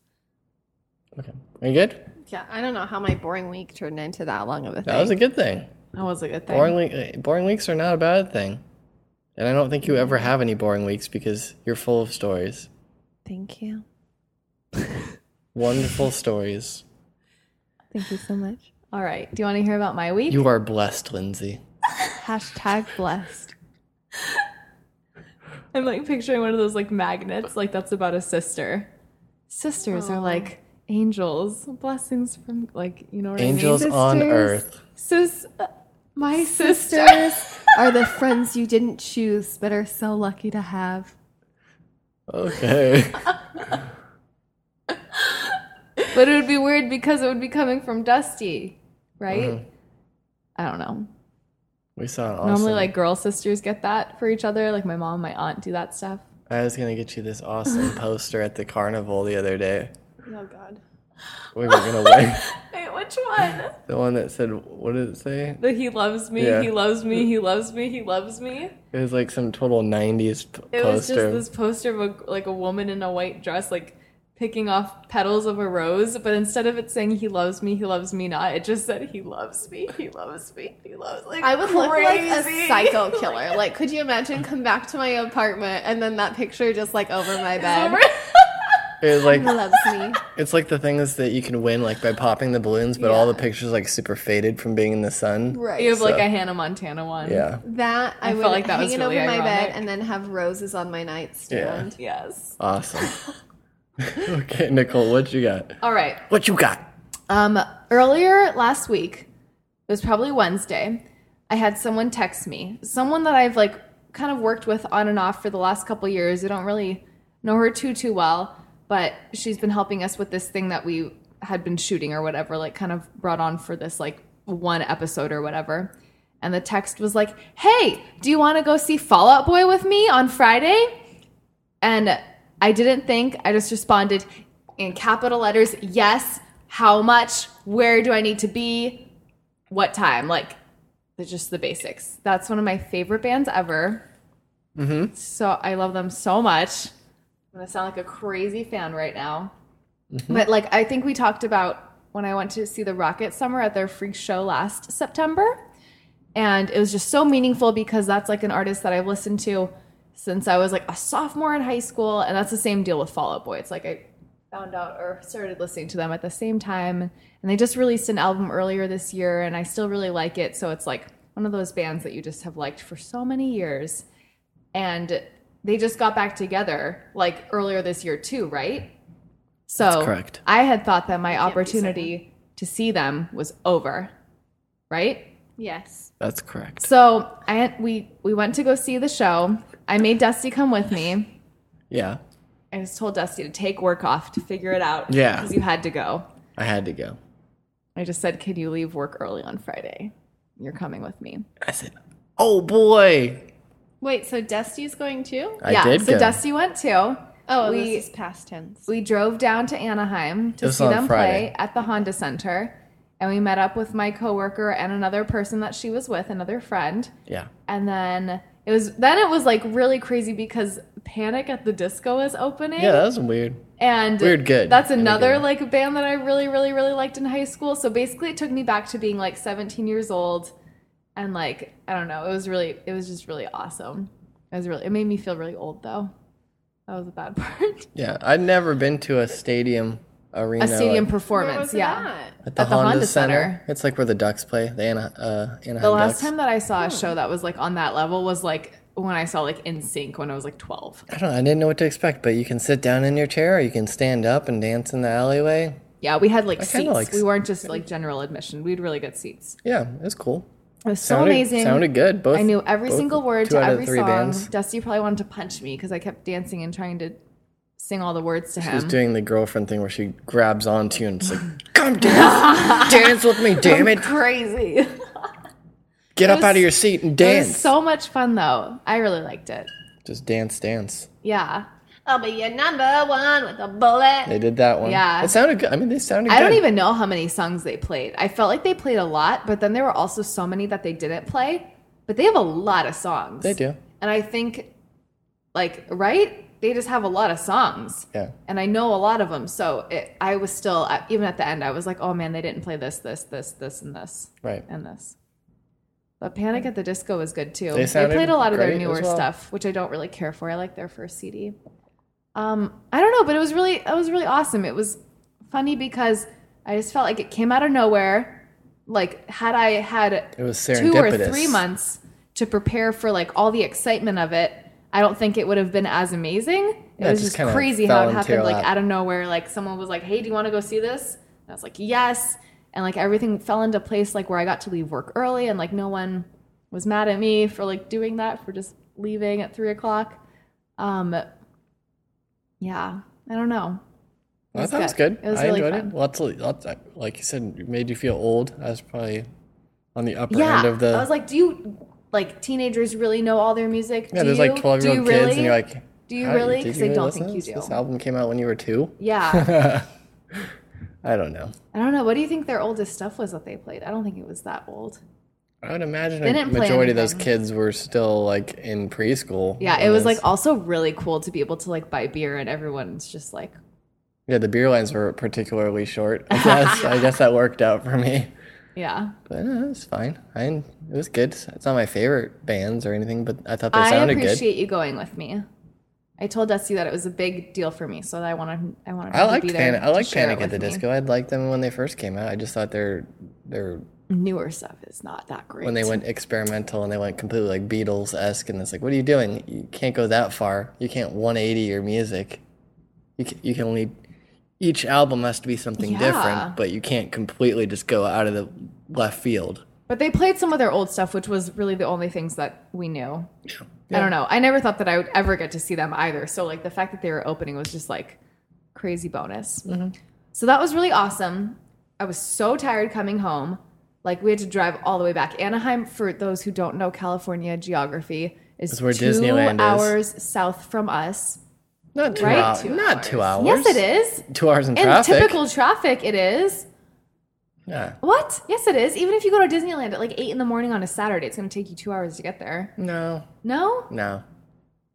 Speaker 1: Okay. Are you good?
Speaker 3: Yeah, I don't know how my boring week turned into that long of a
Speaker 1: That was
Speaker 3: thing.
Speaker 1: a good thing.
Speaker 2: That was a good thing.
Speaker 1: Boring, week, eh, boring weeks are not a bad thing. And I don't think you ever have any boring weeks because you're full of stories.
Speaker 3: Thank you.
Speaker 1: Wonderful stories.
Speaker 3: Thank you so much.
Speaker 2: All right. Do you want to hear about my week?
Speaker 1: You are blessed, Lindsay.
Speaker 3: Hashtag blessed.
Speaker 2: I'm like picturing one of those like magnets, like that's about a sister. Sisters are like angels, blessings from like you know what
Speaker 1: Angels
Speaker 2: I mean?
Speaker 1: on
Speaker 3: Sisters.
Speaker 1: earth.
Speaker 2: Sis, uh, my sister.
Speaker 3: Sisters are the friends you didn't choose, but are so lucky to have.
Speaker 1: Okay.
Speaker 2: but it would be weird because it would be coming from Dusty, right?
Speaker 1: Mm-hmm.
Speaker 2: I don't know.
Speaker 1: we saw an awesome.
Speaker 2: Normally, like girl sisters get that for each other. Like my mom, and my aunt do that stuff.
Speaker 1: I was gonna get you this awesome poster at the carnival the other day.
Speaker 3: Oh God.
Speaker 1: We were gonna win.
Speaker 2: Wait, which one?
Speaker 1: The one that said, "What did it say?"
Speaker 2: The he loves me,
Speaker 1: Yeah.
Speaker 2: he loves me, he loves me, he loves me.
Speaker 1: It was like some total '90s p-
Speaker 2: It was
Speaker 1: poster.
Speaker 2: just this poster of a, like a woman in a white dress, like picking off petals of a rose, but instead of it saying "He loves me, he loves me not," it just said "He loves me, he loves me, he loves." Like
Speaker 3: I would look like a
Speaker 2: crazy.
Speaker 3: psycho killer. Like, could you imagine come back to my apartment and then that picture just like over my bed?
Speaker 1: It's like
Speaker 3: Loves me.
Speaker 1: it's like the things that you can win like by popping the balloons, but all the pictures like super faded from being in the sun.
Speaker 3: Right.
Speaker 2: You have like
Speaker 1: So-
Speaker 2: a Hannah Montana one.
Speaker 1: Yeah.
Speaker 3: That I,
Speaker 2: I
Speaker 3: would
Speaker 2: felt like that
Speaker 3: hang
Speaker 2: was
Speaker 3: it
Speaker 2: really
Speaker 3: over my bed
Speaker 2: ironic.
Speaker 3: and then have roses on my nightstand.
Speaker 2: Yes.
Speaker 1: Awesome. okay, Nicole, what you got?
Speaker 2: All right.
Speaker 1: What you got?
Speaker 2: Um, earlier last week, it was probably Wednesday, I had someone text me. Someone that I've like kind of worked with on and off for the last couple years. I don't really know her too too well, but she's been helping us with this thing that we had been shooting or whatever, like kind of brought on for this like one episode or whatever. And the text was like, "Hey, do you want to go see Fallout Boy with me on Friday?" And I didn't think, I just responded in capital letters, yes, how much, where do I need to be, what time? Like, the- just the basics. That's one of my favorite bands ever. Mm-hmm. So I love them so much. I'm gonna sound like a crazy fan right now. But like, I think we talked about when I went to see the Rocket Summer at their freak show last September and it was just so meaningful because that's like an artist that I've listened to since I was like a sophomore in high school, and that's the same deal with Fall Out Boy. It's like I found out or started listening to them at the same time, and they just released an album earlier this year, and I still really like it. So it's like one of those bands that you just have liked for so many years, and they just got back together like earlier this year too, right? So
Speaker 1: correct.
Speaker 2: I had thought that my opportunity to see them was over, right?
Speaker 3: Yes.
Speaker 1: That's correct.
Speaker 2: So I had- we we went to go see the show. I made Dusty come with me.
Speaker 1: Yeah.
Speaker 2: I just told Dusty to take work off to figure it out.
Speaker 1: Yeah.
Speaker 2: because you had to go.
Speaker 1: I had to go.
Speaker 2: I just said, "Can you leave work early on Friday? You're coming with me."
Speaker 1: I said, "Oh boy."
Speaker 3: Wait, so Dusty's going too?
Speaker 1: I
Speaker 2: yeah.
Speaker 1: did
Speaker 2: so
Speaker 1: go.
Speaker 2: Dusty went too.
Speaker 3: Oh,
Speaker 2: We-
Speaker 3: this is past tense.
Speaker 2: We drove down to Anaheim to
Speaker 1: This
Speaker 2: see
Speaker 1: on
Speaker 2: them
Speaker 1: Friday.
Speaker 2: play at the Honda Center, and we met up with my coworker and another person that she was with, another friend.
Speaker 1: Yeah.
Speaker 2: and then it was then it was like really crazy because Panic at the Disco is opening.
Speaker 1: Yeah, that was weird.
Speaker 2: and
Speaker 1: Weird good.
Speaker 2: That's
Speaker 1: Really
Speaker 2: another
Speaker 1: good.
Speaker 2: like band that I really really really liked in high school. So basically, it took me back to being like 17 years old, and like I don't know, it was really it was just really awesome. It was really it made me feel really old though. That was the bad part.
Speaker 1: Yeah, I'd never been to a stadium arena.
Speaker 2: A stadium
Speaker 1: like,
Speaker 2: performance, yeah.
Speaker 1: at the,
Speaker 2: at the
Speaker 1: Honda,
Speaker 2: Honda
Speaker 1: Center.
Speaker 2: Center.
Speaker 1: It's like where the Ducks play. The Ana, uh, Anaheim
Speaker 2: The last
Speaker 1: Ducks.
Speaker 2: time that I saw a show that was like on that level was like when I saw like In Sync when I was like 12.
Speaker 1: I don't know. I didn't know what to expect, but you can sit down in your chair, or you can stand up and dance in the alleyway.
Speaker 2: Yeah, we had like
Speaker 1: kinda
Speaker 2: seats.
Speaker 1: like-
Speaker 2: we weren't just like general admission. We had really good seats.
Speaker 1: Yeah, it was cool.
Speaker 2: It was so
Speaker 1: Sounded,
Speaker 2: amazing.
Speaker 1: Sounded good. Both.
Speaker 2: I knew every
Speaker 1: both-
Speaker 2: single word
Speaker 1: two
Speaker 2: to
Speaker 1: out of
Speaker 2: every
Speaker 1: three
Speaker 2: song.
Speaker 1: Bands.
Speaker 2: Dusty probably wanted to punch me because I kept dancing and trying to sing all the words to
Speaker 1: She was
Speaker 2: him.
Speaker 1: doing the girlfriend thing where she grabs onto you and it's like, "Come dance, dance with me, damn it!
Speaker 2: Crazy. it
Speaker 1: Get up
Speaker 2: was-
Speaker 1: out of your seat and
Speaker 2: was
Speaker 1: dance."
Speaker 2: so much fun though. I really liked it.
Speaker 1: Just dance, dance.
Speaker 2: Yeah.
Speaker 3: I'll be your number one with a bullet.
Speaker 1: They did that one.
Speaker 2: Yeah.
Speaker 1: it sounded good. I mean, they sounded.
Speaker 2: I don't
Speaker 1: good.
Speaker 2: even know how many songs they played. I felt like they played a lot, but then there were also so many that they didn't play. But they have a lot of songs.
Speaker 1: They do.
Speaker 2: And I think, like, right? They just have a lot of songs.
Speaker 1: Yeah.
Speaker 2: And I know a lot of them. So it, I was still, I- even at the end, I was like, oh man, they didn't play this, this, this, this, and this,
Speaker 1: Right.
Speaker 2: and this. But Panic at the Disco was good too.
Speaker 1: They sounded
Speaker 2: played a lot of their
Speaker 1: great as
Speaker 2: newer
Speaker 1: well.
Speaker 2: stuff, which I don't really care for. I like their first CD. Um, I don't know, but it was really, it was really awesome. It was funny because I just felt like it came out of nowhere. Like had I had
Speaker 1: It was
Speaker 2: two or
Speaker 1: serendipitous.
Speaker 2: three months to prepare for like all the excitement of it, I don't think it would have been as amazing. It
Speaker 1: Yeah, it
Speaker 2: was
Speaker 1: just
Speaker 2: just
Speaker 1: kinda
Speaker 2: crazy
Speaker 1: fell
Speaker 2: how it
Speaker 1: into uh,
Speaker 2: happened,
Speaker 1: your
Speaker 2: like
Speaker 1: lap.
Speaker 2: out of nowhere. Like someone was like, "Hey, do you want to go see this?" And I was like, "Yes," and like everything fell into place, like where I got to leave work early, and like no one was mad at me for like doing that for just leaving at three o'clock. Um, yeah, I don't know.
Speaker 1: I
Speaker 2: was
Speaker 1: thought it was
Speaker 2: good.
Speaker 1: good.
Speaker 2: It was
Speaker 1: I
Speaker 2: really
Speaker 1: enjoyed
Speaker 2: fun.
Speaker 1: it. Lots of, lots of- like you said, it made you feel old. I was probably on the upper
Speaker 2: Yeah,
Speaker 1: end of the.
Speaker 2: I was like, do you like teenagers really know all their music?
Speaker 1: yeah,
Speaker 2: do
Speaker 1: there's
Speaker 2: you,
Speaker 1: like 12
Speaker 2: do
Speaker 1: year
Speaker 2: you
Speaker 1: old kids,
Speaker 2: really?
Speaker 1: and you're like,
Speaker 2: do you
Speaker 1: "How-
Speaker 2: really?
Speaker 1: did
Speaker 2: 'Cause
Speaker 1: you
Speaker 2: I don't
Speaker 1: listen
Speaker 2: think
Speaker 1: to
Speaker 2: you
Speaker 1: this? This
Speaker 2: do.
Speaker 1: album came out when you were two.
Speaker 2: yeah.
Speaker 1: I don't know.
Speaker 2: I don't know. What do you think their oldest stuff was that they played? I don't think it was that old.
Speaker 1: I would imagine
Speaker 2: They
Speaker 1: a
Speaker 2: didn't play
Speaker 1: majority of those
Speaker 2: anything.
Speaker 1: kids were still like in preschool.
Speaker 2: Yeah,
Speaker 1: when
Speaker 2: it was
Speaker 1: this-
Speaker 2: like also really cool to be able to like buy beer and everyone's just like
Speaker 1: Yeah, the beer lines were particularly short. I guess I guess that worked out for me.
Speaker 2: Yeah.
Speaker 1: But uh, it was fine. I it was good. It's not my favorite bands or anything, but I thought they
Speaker 2: I
Speaker 1: sounded good.
Speaker 2: appreciate you going with me. I told Dusty that it was a big deal for me, so that I wanted I wanted
Speaker 1: I
Speaker 2: him to
Speaker 1: liked
Speaker 2: be there.
Speaker 1: Panic. I
Speaker 2: to
Speaker 1: liked
Speaker 2: share
Speaker 1: Panic
Speaker 2: it
Speaker 1: at the
Speaker 2: with me.
Speaker 1: Disco. I liked them when they first came out. I just thought their their
Speaker 2: Newer stuff is not that great.
Speaker 1: when they went experimental and they went completely like Beatles esque, and it's like, what are you doing? You can't go that far. You can't 180 your music. You can, you can only each album has to be something
Speaker 2: Yeah.
Speaker 1: different, but you can't completely just go out of the left field.
Speaker 2: But they played some of their old stuff, which was really the only things that we knew. I
Speaker 1: Yeah.
Speaker 2: don't know. I never thought that I would ever get to see them either. So like the fact that they were opening was just like crazy bonus.
Speaker 1: Mm-hmm.
Speaker 2: So that was really awesome. I was so tired coming home. Like we had to drive all the way back. Anaheim, for those who don't know California geography, is
Speaker 1: That's where
Speaker 2: two
Speaker 1: Disneyland is.
Speaker 2: hours south from us.
Speaker 1: Not two
Speaker 2: Right,
Speaker 1: hours.
Speaker 2: two
Speaker 1: not
Speaker 2: hours.
Speaker 1: two hours.
Speaker 2: Yes, it is.
Speaker 1: Two hours in
Speaker 2: In
Speaker 1: traffic.
Speaker 2: typical traffic, it is.
Speaker 1: yeah.
Speaker 2: What? Yes, it is. Even if you go to Disneyland at like eight in the morning on a Saturday, it's going to take you two hours to get there.
Speaker 1: No,
Speaker 2: No?
Speaker 1: no.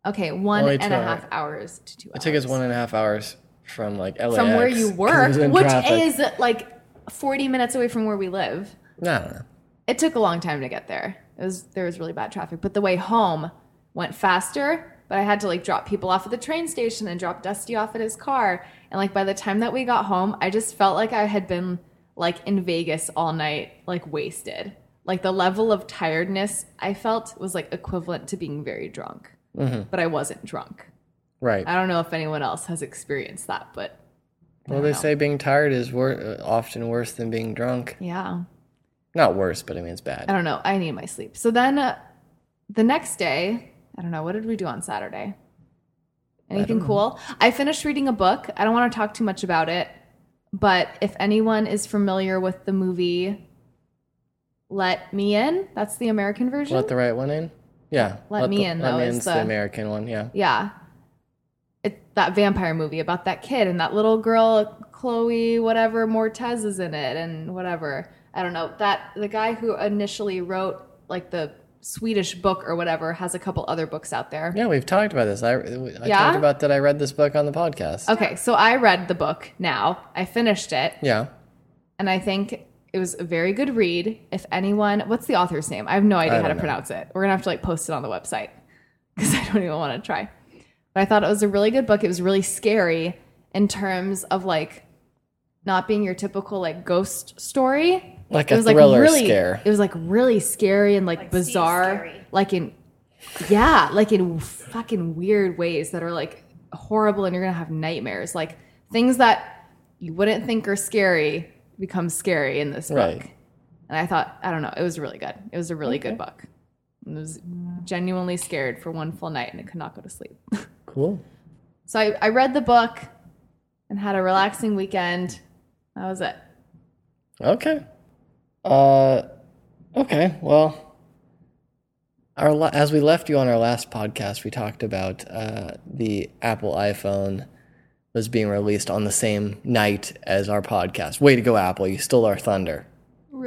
Speaker 2: Okay, one
Speaker 1: Only
Speaker 2: and
Speaker 1: two
Speaker 2: a
Speaker 1: hours.
Speaker 2: half hours to two
Speaker 1: It
Speaker 2: hours.
Speaker 1: took us one and a half hours from like LAX
Speaker 2: From where
Speaker 1: 'cause
Speaker 2: you
Speaker 1: it
Speaker 2: work,
Speaker 1: was in
Speaker 2: which
Speaker 1: traffic.
Speaker 2: is like 40 minutes away from where we live.
Speaker 1: I don't know.
Speaker 2: It took a long time to get there. It was there was really bad traffic, but the way home went faster. But I had to like drop people off at the train station and drop Dusty off at his car. And like by the time that we got home, I just felt like I had been like in Vegas all night, like wasted. Like the level of tiredness I felt was like equivalent to being very drunk.
Speaker 1: Mm-hmm.
Speaker 2: But I wasn't drunk.
Speaker 1: Right.
Speaker 2: I don't know if anyone else has experienced that, but
Speaker 1: Well, they say being tired is wor- uh, often worse than being drunk.
Speaker 2: yeah,
Speaker 1: Not worse, but I mean it's
Speaker 2: I
Speaker 1: bad.
Speaker 2: don't know. I need my sleep. So then uh, the next day, I don't know. What did we do on Saturday? Anything cool? I finished reading a book. I don't want to talk too much about it, but if anyone is familiar with the movie Let Me In, that's the American version.
Speaker 1: Let the right one in. Yeah.
Speaker 2: Let Me
Speaker 1: the,
Speaker 2: In,
Speaker 1: Let
Speaker 2: though,
Speaker 1: me
Speaker 2: is
Speaker 1: in's the,
Speaker 2: the-
Speaker 1: American one. Yeah.
Speaker 2: Yeah. It, that vampire movie about that kid and that little girl, Chloe, whatever, Mortez is in it and whatever. I don't know. That the guy who initially wrote like the Swedish book or whatever has a couple other books out there.
Speaker 1: Yeah, we've talked about this. I, I
Speaker 2: Yeah?
Speaker 1: talked about that. I read this book on the podcast.
Speaker 2: Okay, so I read the book now. I finished it
Speaker 1: Yeah.
Speaker 2: and I think it was a very good read. If anyone, what's the author's name? I have no idea how
Speaker 1: don't
Speaker 2: to
Speaker 1: know.
Speaker 2: pronounce it. We're gonna have to like post it on the website because I don't even want to try. But I thought it was a really good book. It was really scary in terms of like not being your typical like ghost story.
Speaker 1: Like
Speaker 2: it
Speaker 1: a
Speaker 2: was
Speaker 1: thriller
Speaker 2: really,
Speaker 1: scare.
Speaker 2: It was like really scary and like, bizarre,
Speaker 4: scary.
Speaker 2: like in yeah, like in fucking weird ways that are like horrible and you're going to have nightmares. Like things that you wouldn't think are scary become scary in this book.
Speaker 1: Right.
Speaker 2: And I thought, I don't know, it was really good. It was a really good book. And I was genuinely scared for one full night and I could not go to sleep.
Speaker 1: Cool.
Speaker 2: So I, I read the book and had a relaxing weekend. That was it.
Speaker 1: Okay. Uh, okay. Well, our la- as we left you on our last podcast, we talked about uh, the Apple iPhone was being released on the same night as our podcast. Way to go, Apple! You stole our thunder.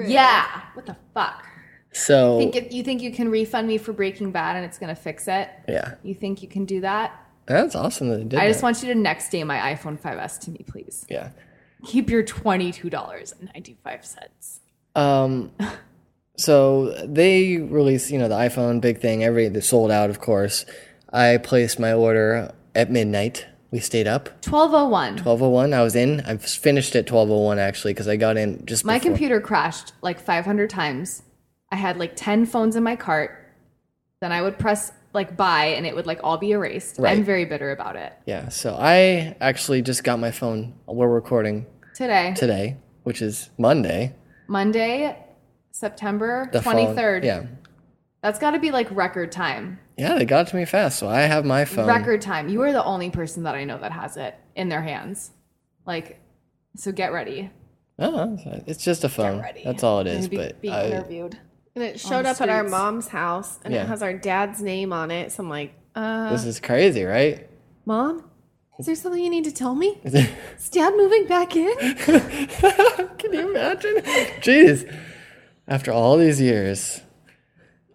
Speaker 2: Yeah. What the fuck?
Speaker 1: So
Speaker 2: Think it, you think you can refund me for Breaking Bad and it's going to fix it?
Speaker 1: yeah,
Speaker 2: You think you can do that?
Speaker 1: that's awesome that they did.
Speaker 2: I just
Speaker 1: that.
Speaker 2: want you to next day my iPhone 5S to me, please.
Speaker 1: yeah.
Speaker 2: Keep your $22.95.
Speaker 1: Um, so they released, you know, the iPhone big thing. Every they sold out, of course. I placed my order at midnight. We stayed up.
Speaker 2: 1201.
Speaker 1: 1201 i was in i finished at 1201 actually because i got in just
Speaker 2: My
Speaker 1: before.
Speaker 2: computer crashed like 500 times. I had like 10 phones in my cart. Then I would press like buy and it would like all be erased.
Speaker 1: Right.
Speaker 2: I'm very bitter about it.
Speaker 1: yeah so i actually just got my phone we're recording
Speaker 2: Today,
Speaker 1: today which is monday
Speaker 2: Monday, September
Speaker 1: the phone-
Speaker 2: 23rd.
Speaker 1: yeah
Speaker 2: That's got to be like record time.
Speaker 1: yeah they got it to me fast so i have my phone
Speaker 2: record time. You are the only person that I know that has it in their hands. Like, so get ready.
Speaker 1: oh, it's just a phone
Speaker 2: ready.
Speaker 1: that's all it is
Speaker 2: Be,
Speaker 1: but
Speaker 2: be
Speaker 1: I,
Speaker 2: interviewed.
Speaker 3: And it showed
Speaker 2: the
Speaker 3: up at our
Speaker 2: streets.
Speaker 3: mom's house and
Speaker 1: Yeah.
Speaker 3: it has our dad's name on it. So I'm like, uh,
Speaker 1: this is crazy right
Speaker 3: Mom, is there something you need to tell me? Is dad moving back in?
Speaker 1: Can you imagine? Jeez. After all these years.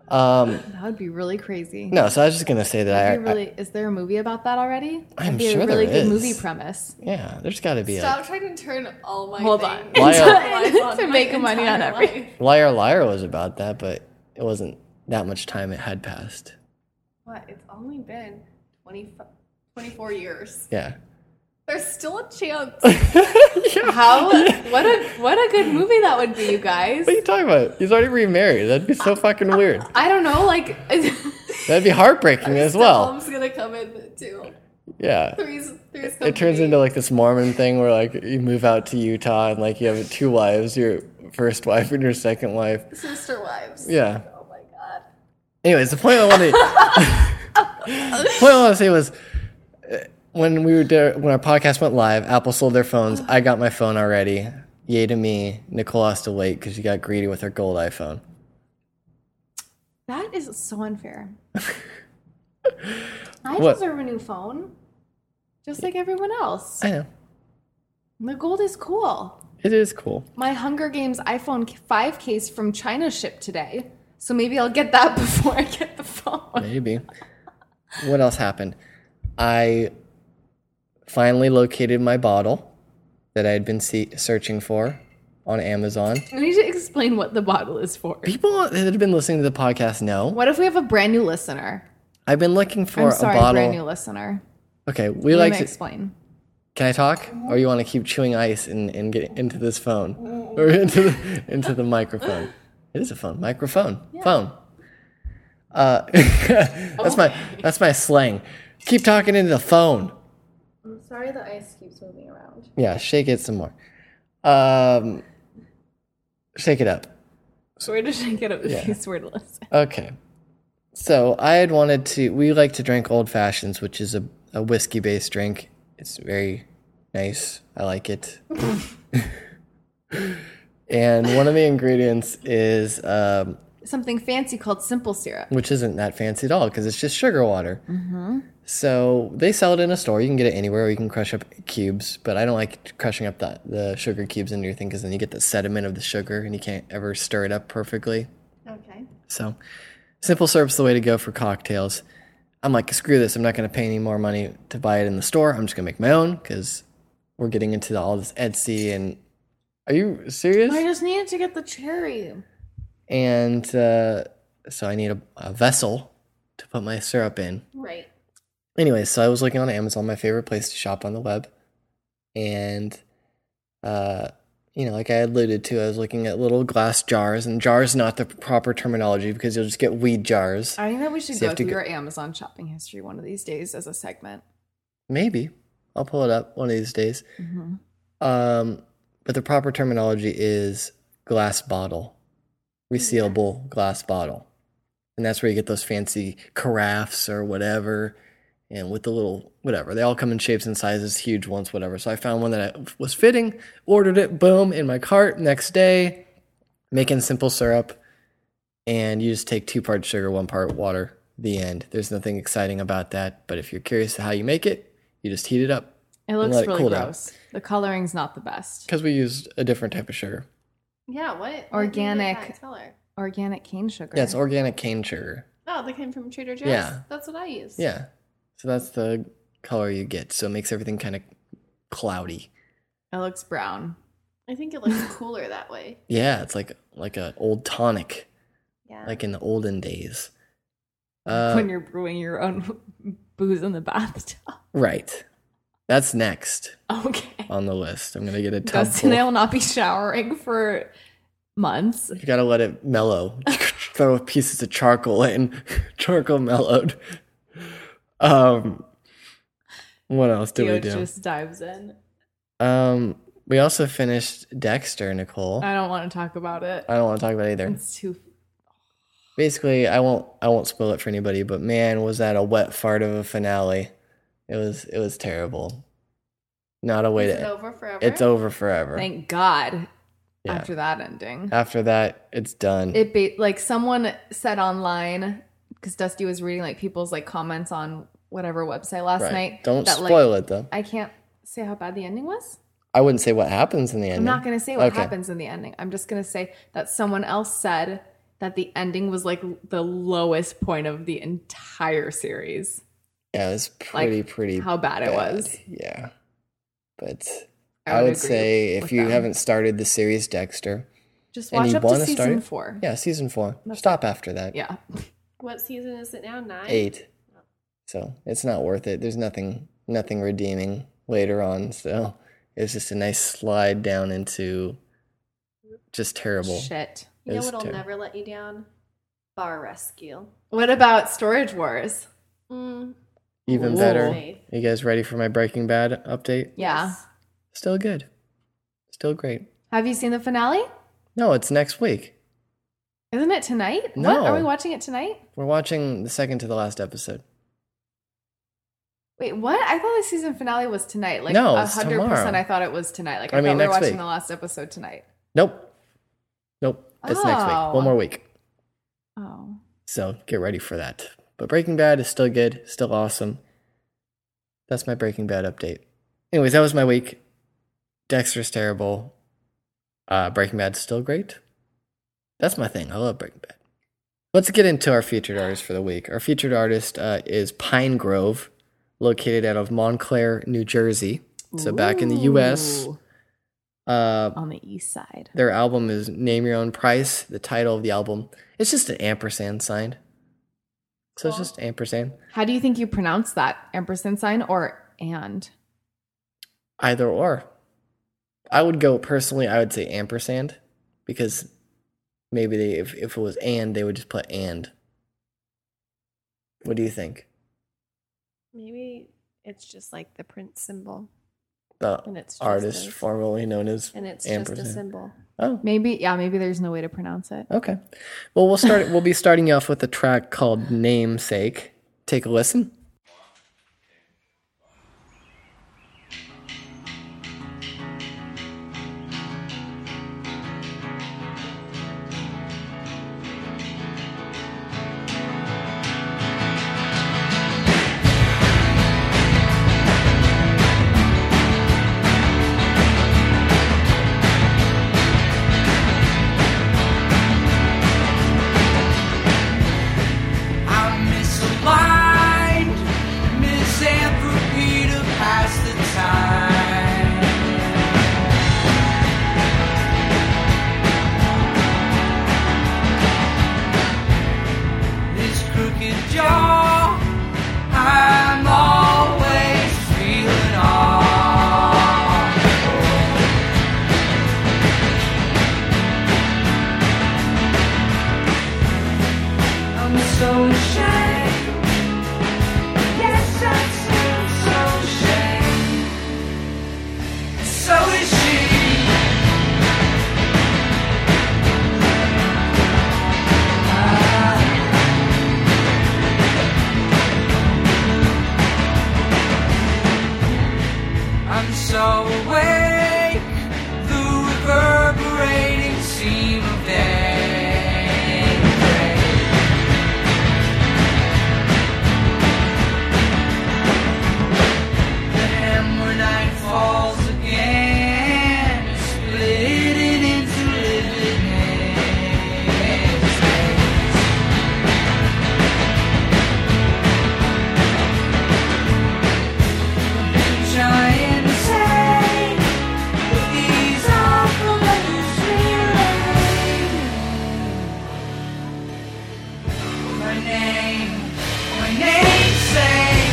Speaker 1: Um,
Speaker 2: That would be really crazy.
Speaker 1: no, so I was just gonna say that I,
Speaker 2: That'd be really, is there a movie about that already?
Speaker 1: I'm
Speaker 2: That'd be
Speaker 1: sure
Speaker 2: a really
Speaker 1: there
Speaker 2: good
Speaker 1: is.
Speaker 2: movie premise.
Speaker 1: I- yeah, there's got to be
Speaker 4: Stop trying to turn all my
Speaker 2: Hold
Speaker 4: things-
Speaker 2: on.
Speaker 1: Why
Speaker 2: are-
Speaker 4: lies on
Speaker 2: To
Speaker 4: my
Speaker 2: make money on
Speaker 4: entire
Speaker 2: every-
Speaker 1: a liar. Liar was about that, but it wasn't that much time. It had passed.
Speaker 4: What? It's only been 20, 24 years.
Speaker 1: Yeah.
Speaker 4: There's still a chance.
Speaker 1: yeah.
Speaker 2: How? What a what a good movie that would be, you guys.
Speaker 1: What are you talking about? He's already remarried. That'd be so fucking weird.
Speaker 2: I don't know, like.
Speaker 1: That'd be heartbreaking as well.
Speaker 4: Dom's gonna come in too.
Speaker 1: Yeah.
Speaker 4: Three's, three's
Speaker 1: It turns
Speaker 4: company.
Speaker 1: into like this Mormon thing where like you move out to Utah and like you have two wives, your first wife and your second wife.
Speaker 4: sister wives.
Speaker 1: Yeah.
Speaker 4: Oh my god.
Speaker 1: Anyways, the point I wanted point I want to say was uh, when we were there, when our podcast went live, Apple sold their phones. I got my phone already. Yay to me. Nicole has to wait because she got greedy with her gold iPhone.
Speaker 2: that is so unfair. I
Speaker 1: What?
Speaker 2: deserve a new phone, just like everyone else.
Speaker 1: I know.
Speaker 2: The gold is cool.
Speaker 1: It is cool.
Speaker 2: My Hunger Games iPhone 5 case from China shipped today, so maybe I'll get that before I get the phone.
Speaker 1: Maybe. what else happened? I finally located my bottle that I had been se- searching for on Amazon.
Speaker 2: I need to explain what the bottle is for.
Speaker 1: People that have been listening to the podcast know
Speaker 2: What if we have a brand new listener?
Speaker 1: I've been looking for
Speaker 2: I'm sorry,
Speaker 1: a bottle.
Speaker 2: brand new listener.
Speaker 1: Okay, we
Speaker 2: Let
Speaker 1: like
Speaker 2: me
Speaker 1: to.
Speaker 2: explain.
Speaker 1: Can I talk, or you want to keep chewing ice and, and get into this phone or into the, into the microphone? It is a phone, microphone, phone. Uh, that's my that's my slang. Keep talking into the phone.
Speaker 4: I'm sorry the ice keeps moving around.
Speaker 1: Yeah, shake it some more. Um, shake it up.
Speaker 2: Where did I get up with
Speaker 1: Yeah.
Speaker 2: these word lists?
Speaker 1: Okay. So I had wanted to. We like to drink old fashions, which is a, a whiskey based drink. It's very nice. I like it. and one of the ingredients is, um,
Speaker 2: Something fancy called simple syrup.
Speaker 1: which isn't that fancy at all because it's just sugar water. Mm-hmm. So they sell it in a store. You can get it anywhere. Or you can crush up cubes, but I don't like crushing up the, the sugar cubes into your thing because then you get the sediment of the sugar and you can't ever stir it up perfectly.
Speaker 4: Okay.
Speaker 1: So, simple syrup's the way to go for cocktails. I'm like, screw this. I'm not going to pay any more money to buy it in the store. I'm just going to make my own because we're getting into all this Etsy and. Are you serious?
Speaker 2: just needed to get the cherry.
Speaker 1: And uh, so I need a, a vessel to put my syrup in.
Speaker 4: Right.
Speaker 1: Anyway, so I was looking on Amazon, my favorite place to shop on the web. And, uh, you know, like I alluded to, I was looking at little glass jars, and jars not the proper terminology because you'll just get weed jars.
Speaker 2: I think that we should
Speaker 1: So you
Speaker 2: go
Speaker 1: have to
Speaker 2: through
Speaker 1: go-
Speaker 2: your Amazon shopping history one of these days as a segment.
Speaker 1: Maybe. I'll pull it up one of these days. Um, but the proper terminology is glass bottle, resealable glass bottle. And that's where you get those fancy carafes or whatever, and with the little whatever. They all come in shapes and sizes, huge ones, whatever. So I found one that I was fitting, ordered it, boom, in my cart next day, making simple syrup. And you just take two parts sugar, one part water, the end. There's nothing exciting about that. But if you're curious how you make it, you just heat it up
Speaker 2: It looks
Speaker 1: let it
Speaker 2: really
Speaker 1: cool down.
Speaker 2: gross. The coloring's not the best.
Speaker 1: because we used a different type of sugar.
Speaker 4: Yeah, what?
Speaker 2: Organic.
Speaker 4: What did that color?
Speaker 2: Organic cane sugar.
Speaker 1: Yeah, it's organic cane sugar.
Speaker 4: Oh, they came from Trader Joe's.
Speaker 1: Yeah.
Speaker 4: That's what I use.
Speaker 1: Yeah. So that's the color you get. So it makes everything kind of cloudy.
Speaker 2: it looks brown.
Speaker 4: I think it looks cooler that way.
Speaker 1: Yeah, it's like like a old tonic,
Speaker 4: Yeah.
Speaker 1: like in the olden days. Uh,
Speaker 2: when you're brewing your own booze in the bathtub.
Speaker 1: right. That's next
Speaker 2: Okay.
Speaker 1: on the list. I'm gonna get a tub.
Speaker 2: Dustin
Speaker 1: Full.
Speaker 2: and I will not be showering for months.
Speaker 1: You gotta let it mellow. Throw pieces of charcoal in. charcoal mellowed. Um, what else did we
Speaker 2: Theo
Speaker 1: do?
Speaker 2: just dives in.
Speaker 1: Um, we also finished Dexter, Nicole.
Speaker 2: I don't want to talk about it.
Speaker 1: I don't want to talk about it either.
Speaker 2: It's too.
Speaker 1: Basically, I won't I won't spoil it for anybody, but man, was that a wet fart of a finale. It was it was terrible. Not a way
Speaker 4: Is it
Speaker 1: to
Speaker 4: over forever?
Speaker 1: It's over forever.
Speaker 2: Thank God.
Speaker 1: Yeah.
Speaker 2: After that ending.
Speaker 1: After that, it's done.
Speaker 2: it ba- like someone said online because Dusty was reading like people's like comments on whatever website last
Speaker 1: Right.
Speaker 2: night.
Speaker 1: Don't
Speaker 2: that,
Speaker 1: spoil
Speaker 2: like,
Speaker 1: it though.
Speaker 2: I can't say how bad the ending was.
Speaker 1: I wouldn't say what happens in the end.
Speaker 2: I'm not going to say what
Speaker 1: Okay.
Speaker 2: happens in the ending. I'm just going to say that someone else said that the ending was like the lowest point of the entire series.
Speaker 1: Yeah, it was pretty, pretty.
Speaker 2: How bad, it
Speaker 1: bad.
Speaker 2: was.
Speaker 1: Yeah, but
Speaker 2: I
Speaker 1: I would,
Speaker 2: would agree
Speaker 1: say
Speaker 2: with
Speaker 1: if you
Speaker 2: them.
Speaker 1: haven't started the series Dexter,
Speaker 2: Just
Speaker 1: And
Speaker 2: watch
Speaker 1: you
Speaker 2: up to
Speaker 1: wanna
Speaker 2: season
Speaker 1: start it?
Speaker 2: four.
Speaker 1: yeah, season four. Stop after that.
Speaker 2: Yeah.
Speaker 4: What season is it now? Nine.
Speaker 1: Eight. So it's not worth it. There's nothing, nothing redeeming later on. So it's just a nice slide down into just terrible.
Speaker 2: Shit.
Speaker 4: You know
Speaker 1: It's
Speaker 4: what'll
Speaker 1: terrible.
Speaker 4: never let you down? Bar rescue.
Speaker 2: What about Storage Wars?
Speaker 4: Mm,
Speaker 1: Even
Speaker 2: Ooh.
Speaker 1: better.
Speaker 4: Faith.
Speaker 1: You guys ready for my Breaking Bad update?
Speaker 2: Yeah.
Speaker 4: Yes.
Speaker 1: Still good. Still great.
Speaker 2: Have you seen the finale?
Speaker 1: No, it's next week.
Speaker 2: Isn't it tonight?
Speaker 1: No.
Speaker 2: What? Are we watching it tonight?
Speaker 1: We're watching the second to the last episode.
Speaker 2: Wait, what? I thought the season finale was tonight. Like
Speaker 1: No, it's
Speaker 2: 100%
Speaker 1: tomorrow.
Speaker 2: I thought it was tonight. Like I,
Speaker 1: I mean,
Speaker 2: thought we were
Speaker 1: next
Speaker 2: watching
Speaker 1: week.
Speaker 2: the last episode tonight.
Speaker 1: Nope. Nope. It's next week.
Speaker 2: Oh.
Speaker 1: One more week.
Speaker 2: Oh.
Speaker 1: So get ready for that. But Breaking Bad is still good, still awesome. That's my Breaking Bad update. Anyways, that was my week. Dexter's terrible. Uh, Breaking Bad's still great. That's my thing. I love Breaking Bad. Let's get into our featured artist for the week. Our featured artist uh, is Pine Grove, located out of Montclair, New Jersey. So back in the U.S.
Speaker 2: Ooh,
Speaker 1: Uh,
Speaker 2: on the east side.
Speaker 1: their album is Name Your Own Price. The title of the album, it's just an ampersand sign. So it's just ampersand.
Speaker 2: How do you think you pronounce that? Ampersand sign or and?
Speaker 1: Either or. I would go personally, I would say ampersand because maybe they if, if it was and they would just put and. What do you think?
Speaker 4: Maybe it's just like the print symbol,
Speaker 1: The
Speaker 4: and it's just
Speaker 1: artist
Speaker 4: a-
Speaker 1: formerly known as
Speaker 4: and it's just a
Speaker 1: ampersand.
Speaker 4: symbol.
Speaker 1: Oh,
Speaker 2: Maybe, yeah, maybe there's no way to pronounce it.
Speaker 1: okay. Well, we'll start we'll be starting off with a track called Namesake. Take a listen.
Speaker 5: I'm misaligned, misanthropy to pass the time. This crooked jaw, I'm always feeling off. I'm so ashamed. Yes, I feel so ashamed. So is she. Ah. I'm So awake, the reverberating seam of day. And when night falls again, splitting into living hands. Trying to say that these are the letters we write. My name, my namesake.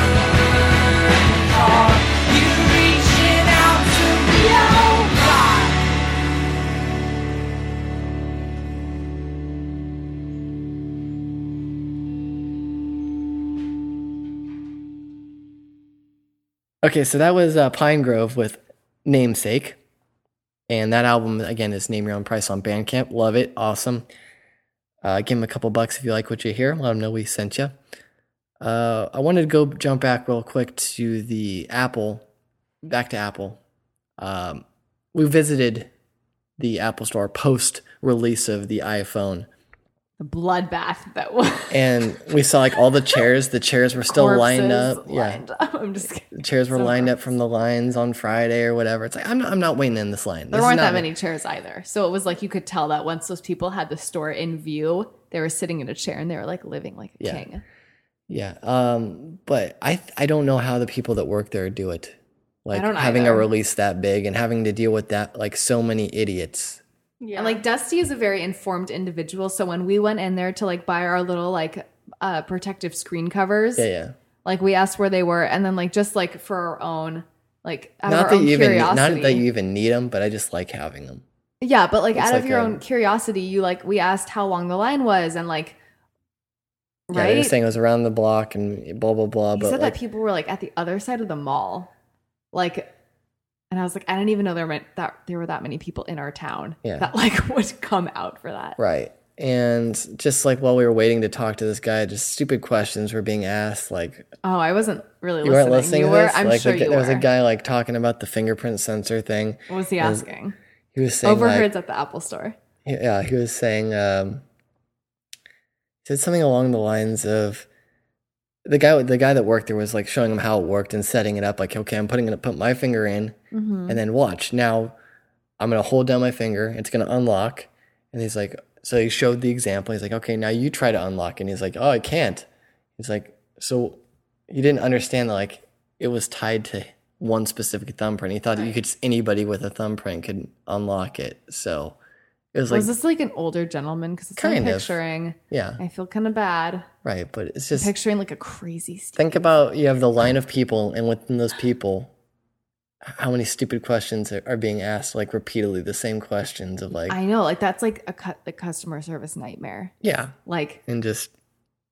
Speaker 5: Oh,
Speaker 1: Okay, so that was uh, Pine Grove with Namesake. And that album, again, is Name Your Own Price on Bandcamp. Love it. Awesome. Uh, give them a couple bucks if you like what you hear. Let them know we sent you. Uh, I wanted to go jump back real quick to the Apple, back to Apple. Um, we visited the Apple Store post release of the iPhone,
Speaker 2: The bloodbath that was.
Speaker 1: and we saw like all the chairs. The chairs were still lined
Speaker 2: corpses
Speaker 1: up. Yeah,
Speaker 2: lined up. I'm just kidding.
Speaker 1: the chairs were
Speaker 2: So
Speaker 1: lined up from the lines on Friday or whatever. It's like I'm not, I'm not waiting in this line.
Speaker 2: There
Speaker 1: This is
Speaker 2: weren't that
Speaker 1: not-
Speaker 2: many chairs either. So it was like you could tell that once those people had the store in view, they were sitting in a chair and they were like living like a
Speaker 1: Yeah.
Speaker 2: king.
Speaker 1: Yeah, um, but I I don't know how the people that work there do it. Like
Speaker 2: don't
Speaker 1: having a
Speaker 2: either.
Speaker 1: release that big and having to deal with that like so many idiots.
Speaker 4: Yeah.
Speaker 2: And like Dusty is a very informed individual. So when we went in there to like buy our little like uh protective screen covers,
Speaker 1: Yeah, yeah.
Speaker 2: like we asked where they were and then like just like for our own like out of
Speaker 1: Not
Speaker 2: our
Speaker 1: that
Speaker 2: own
Speaker 1: you even
Speaker 2: curiosity.
Speaker 1: not that you even need them, but I just like having them.
Speaker 2: Yeah, but like
Speaker 1: It's
Speaker 2: out of
Speaker 1: like
Speaker 2: your
Speaker 1: a-
Speaker 2: own curiosity, you like we asked how long the line was and like
Speaker 1: Yeah, they
Speaker 2: right.
Speaker 1: were saying it was around the block and blah blah blah.
Speaker 2: he
Speaker 1: but
Speaker 2: said
Speaker 1: like,
Speaker 2: that people were like at the other side of the mall, like, and I was like, I didn't even know there meant that there were that many people in our town
Speaker 1: Yeah.
Speaker 2: that like would come out for that.
Speaker 1: Right. And just like while we were waiting to talk to this guy, just stupid questions were being asked. Like
Speaker 2: Oh, I wasn't really
Speaker 1: you
Speaker 2: listening.
Speaker 1: weren't listening
Speaker 2: you
Speaker 1: to
Speaker 2: were.
Speaker 1: this.
Speaker 2: I'm
Speaker 1: like
Speaker 2: sure
Speaker 1: the,
Speaker 2: you
Speaker 1: there was
Speaker 2: were.
Speaker 1: a guy like talking about the fingerprint sensor thing.
Speaker 2: what was he
Speaker 1: there was-
Speaker 2: asking?
Speaker 1: He was saying like,
Speaker 2: Overheards at the Apple Store.
Speaker 1: Yeah, he was saying um he said something along the lines of the guy the guy that worked there was like showing him how it worked and setting it up like okay, I'm putting gonna put my finger in
Speaker 2: Mhm.
Speaker 1: and then watch. Now I'm gonna hold down my finger, it's gonna unlock. And he's like so he showed the example. He's like, okay, now you try to unlock and he's like, Oh, I can't. He's like, so he didn't understand that like it was tied to one specific thumbprint. He thought that you could anybody with a thumbprint could unlock it. So it was like
Speaker 2: was this like an older gentleman? Because I'm
Speaker 1: Kind of.
Speaker 2: picturing.
Speaker 1: yeah,
Speaker 2: I feel kind of bad
Speaker 1: right. But it's just
Speaker 2: picturing like a crazy. Steve.
Speaker 1: think about you have the line of people, and within those people, how many stupid questions are, are being asked, like repeatedly, the same questions of like,
Speaker 2: I know, like that's like a, cu- a customer service nightmare.
Speaker 1: yeah,
Speaker 2: Like
Speaker 1: and just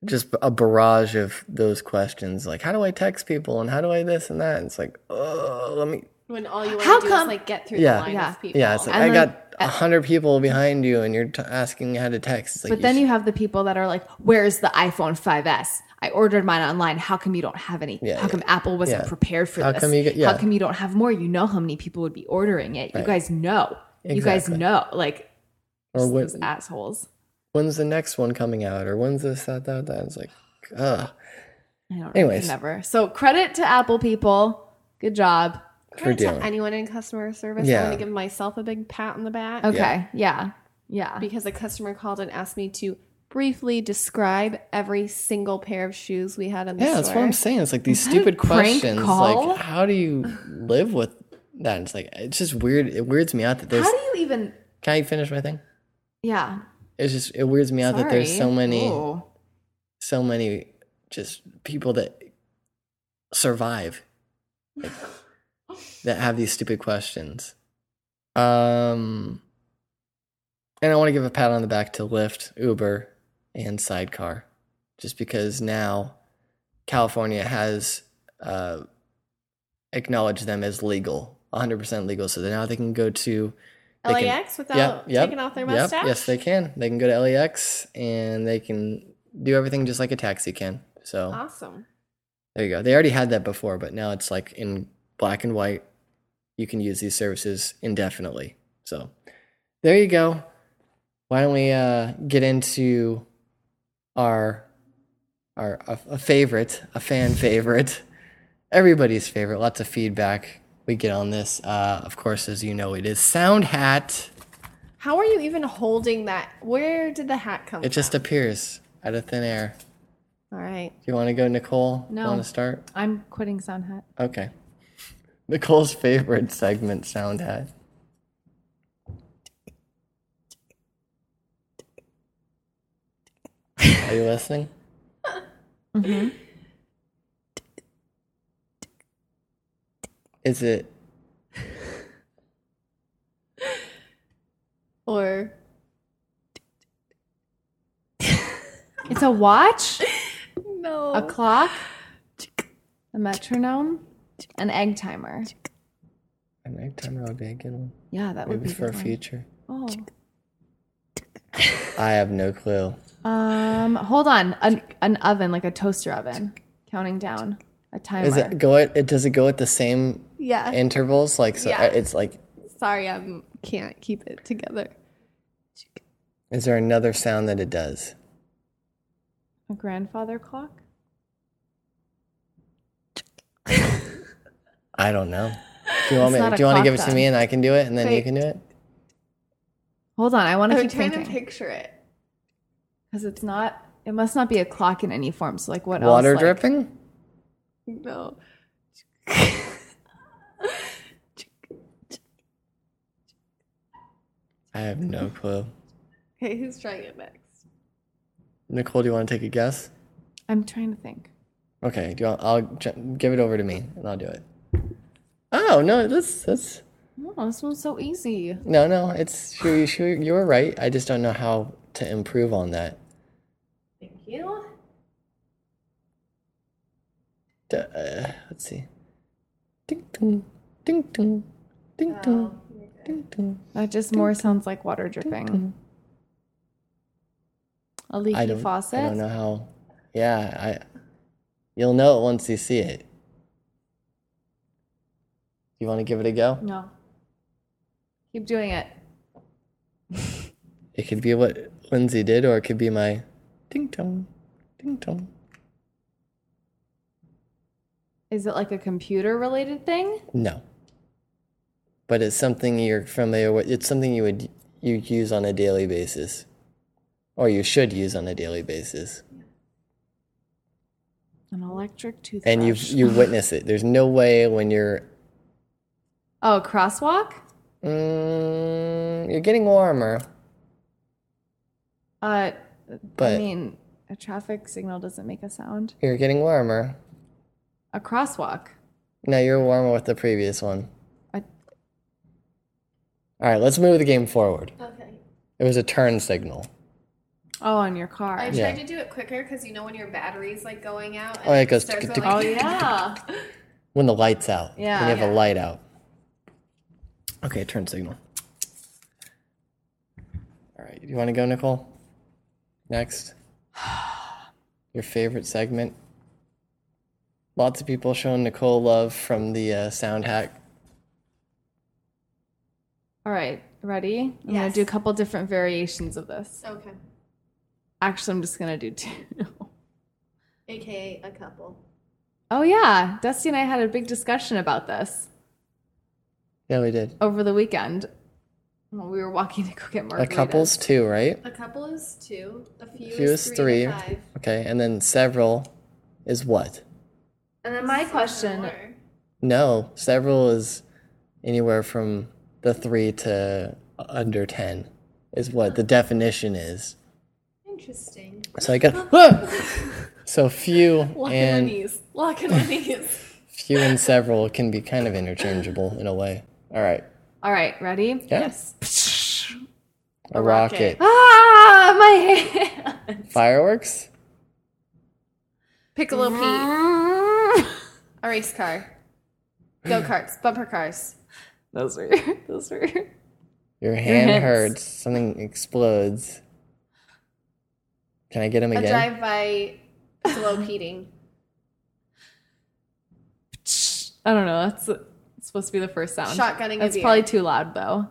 Speaker 1: just a barrage of those questions, like how do I text people, and how do I this and that. And it's like, oh, let me,
Speaker 4: when all you want
Speaker 2: How
Speaker 4: to do
Speaker 2: come-
Speaker 4: is like get through
Speaker 1: Yeah.
Speaker 4: the line
Speaker 2: Yeah.
Speaker 4: of people.
Speaker 1: yeah, it's like
Speaker 2: And
Speaker 1: I
Speaker 2: then-
Speaker 1: got a hundred people behind you, and you're t- asking how to text. It's like,
Speaker 2: but then you have the people that are like, "Where's the iPhone 5s? I ordered mine online. How come you don't have any?
Speaker 1: Yeah,
Speaker 2: how come Apple wasn't
Speaker 1: yeah.
Speaker 2: prepared for
Speaker 1: How
Speaker 2: this?
Speaker 1: come you get- yeah.
Speaker 2: How come you don't have more? You know how many people would be ordering it.
Speaker 1: Right.
Speaker 2: You guys know. You guys
Speaker 1: Exactly.
Speaker 2: know. Like
Speaker 1: should- or
Speaker 2: just
Speaker 1: when,
Speaker 2: those assholes.
Speaker 1: when's the next one coming out, or when's this that that that. It's like, ugh.
Speaker 2: I don't. I could
Speaker 1: Anyways.
Speaker 2: never. So credit to Apple people. Good job.
Speaker 1: for
Speaker 4: Credit
Speaker 1: dealing.
Speaker 4: to anyone in customer service. I
Speaker 1: Yeah.
Speaker 4: want to give myself a big pat on the back
Speaker 2: Okay. Yeah. Yeah.
Speaker 4: because a customer called and asked me to briefly describe every single pair of shoes we had in the
Speaker 1: Yeah,
Speaker 4: store.
Speaker 1: that's what I'm saying. It's like these
Speaker 2: What a
Speaker 1: stupid
Speaker 2: prank
Speaker 1: questions.
Speaker 2: call.
Speaker 1: Like, how do you live with that? It's like it's just weird. It weirds me out that there's.
Speaker 2: How do you even?
Speaker 1: can I finish my thing?
Speaker 2: Yeah.
Speaker 1: It's just it weirds me out that there's
Speaker 2: Sorry.
Speaker 1: so many,
Speaker 2: Ooh.
Speaker 1: so many just people that survive like, that have these stupid questions. Um, and I want to give a pat on the back to Lyft, Uber, and Sidecar, just because now California has uh, acknowledged them as legal, 100% legal. So that now they can go to
Speaker 3: Oh,
Speaker 1: they can-
Speaker 4: LAX without taking off their
Speaker 1: yep,
Speaker 4: mustache.
Speaker 1: Yes, they can. They can go to LAX and they can do everything just like a taxi can. So
Speaker 4: Awesome.
Speaker 1: there you go. They already had that before, but now it's like in black and white. You can use these services indefinitely. So there you go. Why don't we uh, get into our our a, a favorite, a fan favorite, everybody's favorite. Lots of feedback we get on this. Uh, of course, as you know, it is Sound Hat.
Speaker 4: How are you even holding that? Where did the hat come
Speaker 1: It just
Speaker 4: from?
Speaker 1: appears out of thin air.
Speaker 4: All right.
Speaker 1: Do you want to go, Nicole?
Speaker 2: No.
Speaker 1: Want to start?
Speaker 2: I'm quitting Sound Hat.
Speaker 1: Okay. Nicole's favorite segment, Sound Hat. Are you listening? Mm-hmm. Is it
Speaker 4: Or
Speaker 2: It's a watch.
Speaker 4: no.
Speaker 3: uh,
Speaker 2: A clock? A Oh. metronome? An egg timer.
Speaker 1: A night timer would be a good one.
Speaker 2: Yeah, that would
Speaker 1: Maybe
Speaker 2: be
Speaker 1: for a
Speaker 2: for
Speaker 1: future.
Speaker 2: Oh.
Speaker 1: I have no clue.
Speaker 2: Um, hold on. An, an oven, like a toaster oven, counting down a timer.
Speaker 1: Is it go at it? Does it go at the same
Speaker 3: Yeah.
Speaker 1: intervals? Like so, uh,
Speaker 3: Yeah.
Speaker 1: it's like.
Speaker 3: Sorry, I can't keep it together.
Speaker 1: Is there another sound that it does?
Speaker 2: a grandfather clock?
Speaker 1: I don't know. Do you want
Speaker 2: It's
Speaker 1: me?
Speaker 2: not a
Speaker 1: Do you want to
Speaker 2: clock
Speaker 1: give it to
Speaker 2: then.
Speaker 1: me and I can do it, and then you
Speaker 3: Wait.
Speaker 1: can do it?
Speaker 2: Hold on, I want Oh, to
Speaker 3: I'm
Speaker 2: keep
Speaker 3: trying to
Speaker 2: thinking
Speaker 3: picture it.
Speaker 2: because it's not. It must not be a clock in any form. So like, what else?
Speaker 1: Water
Speaker 2: like-
Speaker 1: dripping?
Speaker 3: No.
Speaker 1: I have no clue.
Speaker 3: Okay, who's trying it next?
Speaker 1: Nicole, do you want to take a guess?
Speaker 2: I'm trying to think.
Speaker 1: Okay, do you want, I'll j- give it over to me and I'll do it. Oh no, that's that's
Speaker 2: Oh, this one's so easy.
Speaker 1: no no. It's sure you sure you were right. I just don't know how to improve on that.
Speaker 2: Thank you.
Speaker 1: D- Uh, let's see. Ding dong, ding dong, ding
Speaker 2: Oh,
Speaker 1: dong, ding dong.
Speaker 2: That just more sounds like water dripping. A leaky
Speaker 1: I don't.
Speaker 2: faucet.
Speaker 1: I don't know how. Yeah, I. You'll know it once you see it. You want to give it a go?
Speaker 2: No. Keep doing it.
Speaker 1: It could be what Lindsay did, or it could be my ding dong, ding dong.
Speaker 2: Is it like a computer related thing?
Speaker 1: No. But it's something you're familiar with. It's something you would you use on a daily basis, or you should use on a daily basis.
Speaker 2: An electric toothbrush.
Speaker 1: And you you witness it. There's no way when you're
Speaker 2: Oh, a crosswalk?
Speaker 1: mm, you're getting warmer,
Speaker 2: Uh, I
Speaker 1: but
Speaker 2: mean, a traffic signal doesn't make a sound.
Speaker 1: you're getting warmer.
Speaker 2: A crosswalk.
Speaker 1: No, you're warmer with the previous one.
Speaker 2: I-
Speaker 1: All right, let's move the game forward. Okay. It was a turn signal.
Speaker 2: Oh, on your car.
Speaker 3: I
Speaker 1: Yeah.
Speaker 3: tried to do it quicker because you know when your battery's like going out.
Speaker 1: Oh, yeah, it goes
Speaker 3: starts
Speaker 1: tick,
Speaker 3: going
Speaker 1: tick,
Speaker 3: like-
Speaker 2: oh yeah.
Speaker 1: When the light's out.
Speaker 2: Yeah.
Speaker 1: When you have a light out. Okay, turn signal. All right, you want to go, Nicole? Next. Your favorite segment. Lots of people showing Nicole love from the uh, sound hack.
Speaker 2: All right, ready? I'm gonna
Speaker 3: Yes.
Speaker 2: do a couple different variations of this.
Speaker 3: Oh, Okay.
Speaker 2: Actually, I'm just gonna do two.
Speaker 3: AKA a couple.
Speaker 2: oh yeah, Dusty and I had a big discussion about this
Speaker 1: Yeah, we did.
Speaker 2: over the weekend. when We were walking to go get margaritas.
Speaker 1: A couple's two, right?
Speaker 3: A couple is two. A few,
Speaker 1: Few
Speaker 3: is
Speaker 1: is three.
Speaker 3: three. to Five.
Speaker 1: Okay, and then several is what?
Speaker 2: And then my question.
Speaker 1: No, several is anywhere from the three to under ten is what the definition is.
Speaker 3: Interesting.
Speaker 1: So I got Ah! so few and
Speaker 3: knees. Lock in on knees.
Speaker 1: few and several can be kind of interchangeable in a way. All right.
Speaker 2: All right, ready?
Speaker 1: Yes. A, rocket.
Speaker 2: rocket. Ah, my hand.
Speaker 1: Fireworks.
Speaker 3: Piccolo Pete. A race car. Go karts. Bumper cars.
Speaker 2: those were those were.
Speaker 1: Your hand
Speaker 2: hands.
Speaker 1: hurts. Something explodes. Can I get him
Speaker 3: A
Speaker 1: again?
Speaker 3: drive by Piccolo Peting.
Speaker 2: I don't know. That's, that's supposed to be the first sound.
Speaker 3: Shotgunning a
Speaker 2: That's
Speaker 3: deer.
Speaker 2: probably too loud though.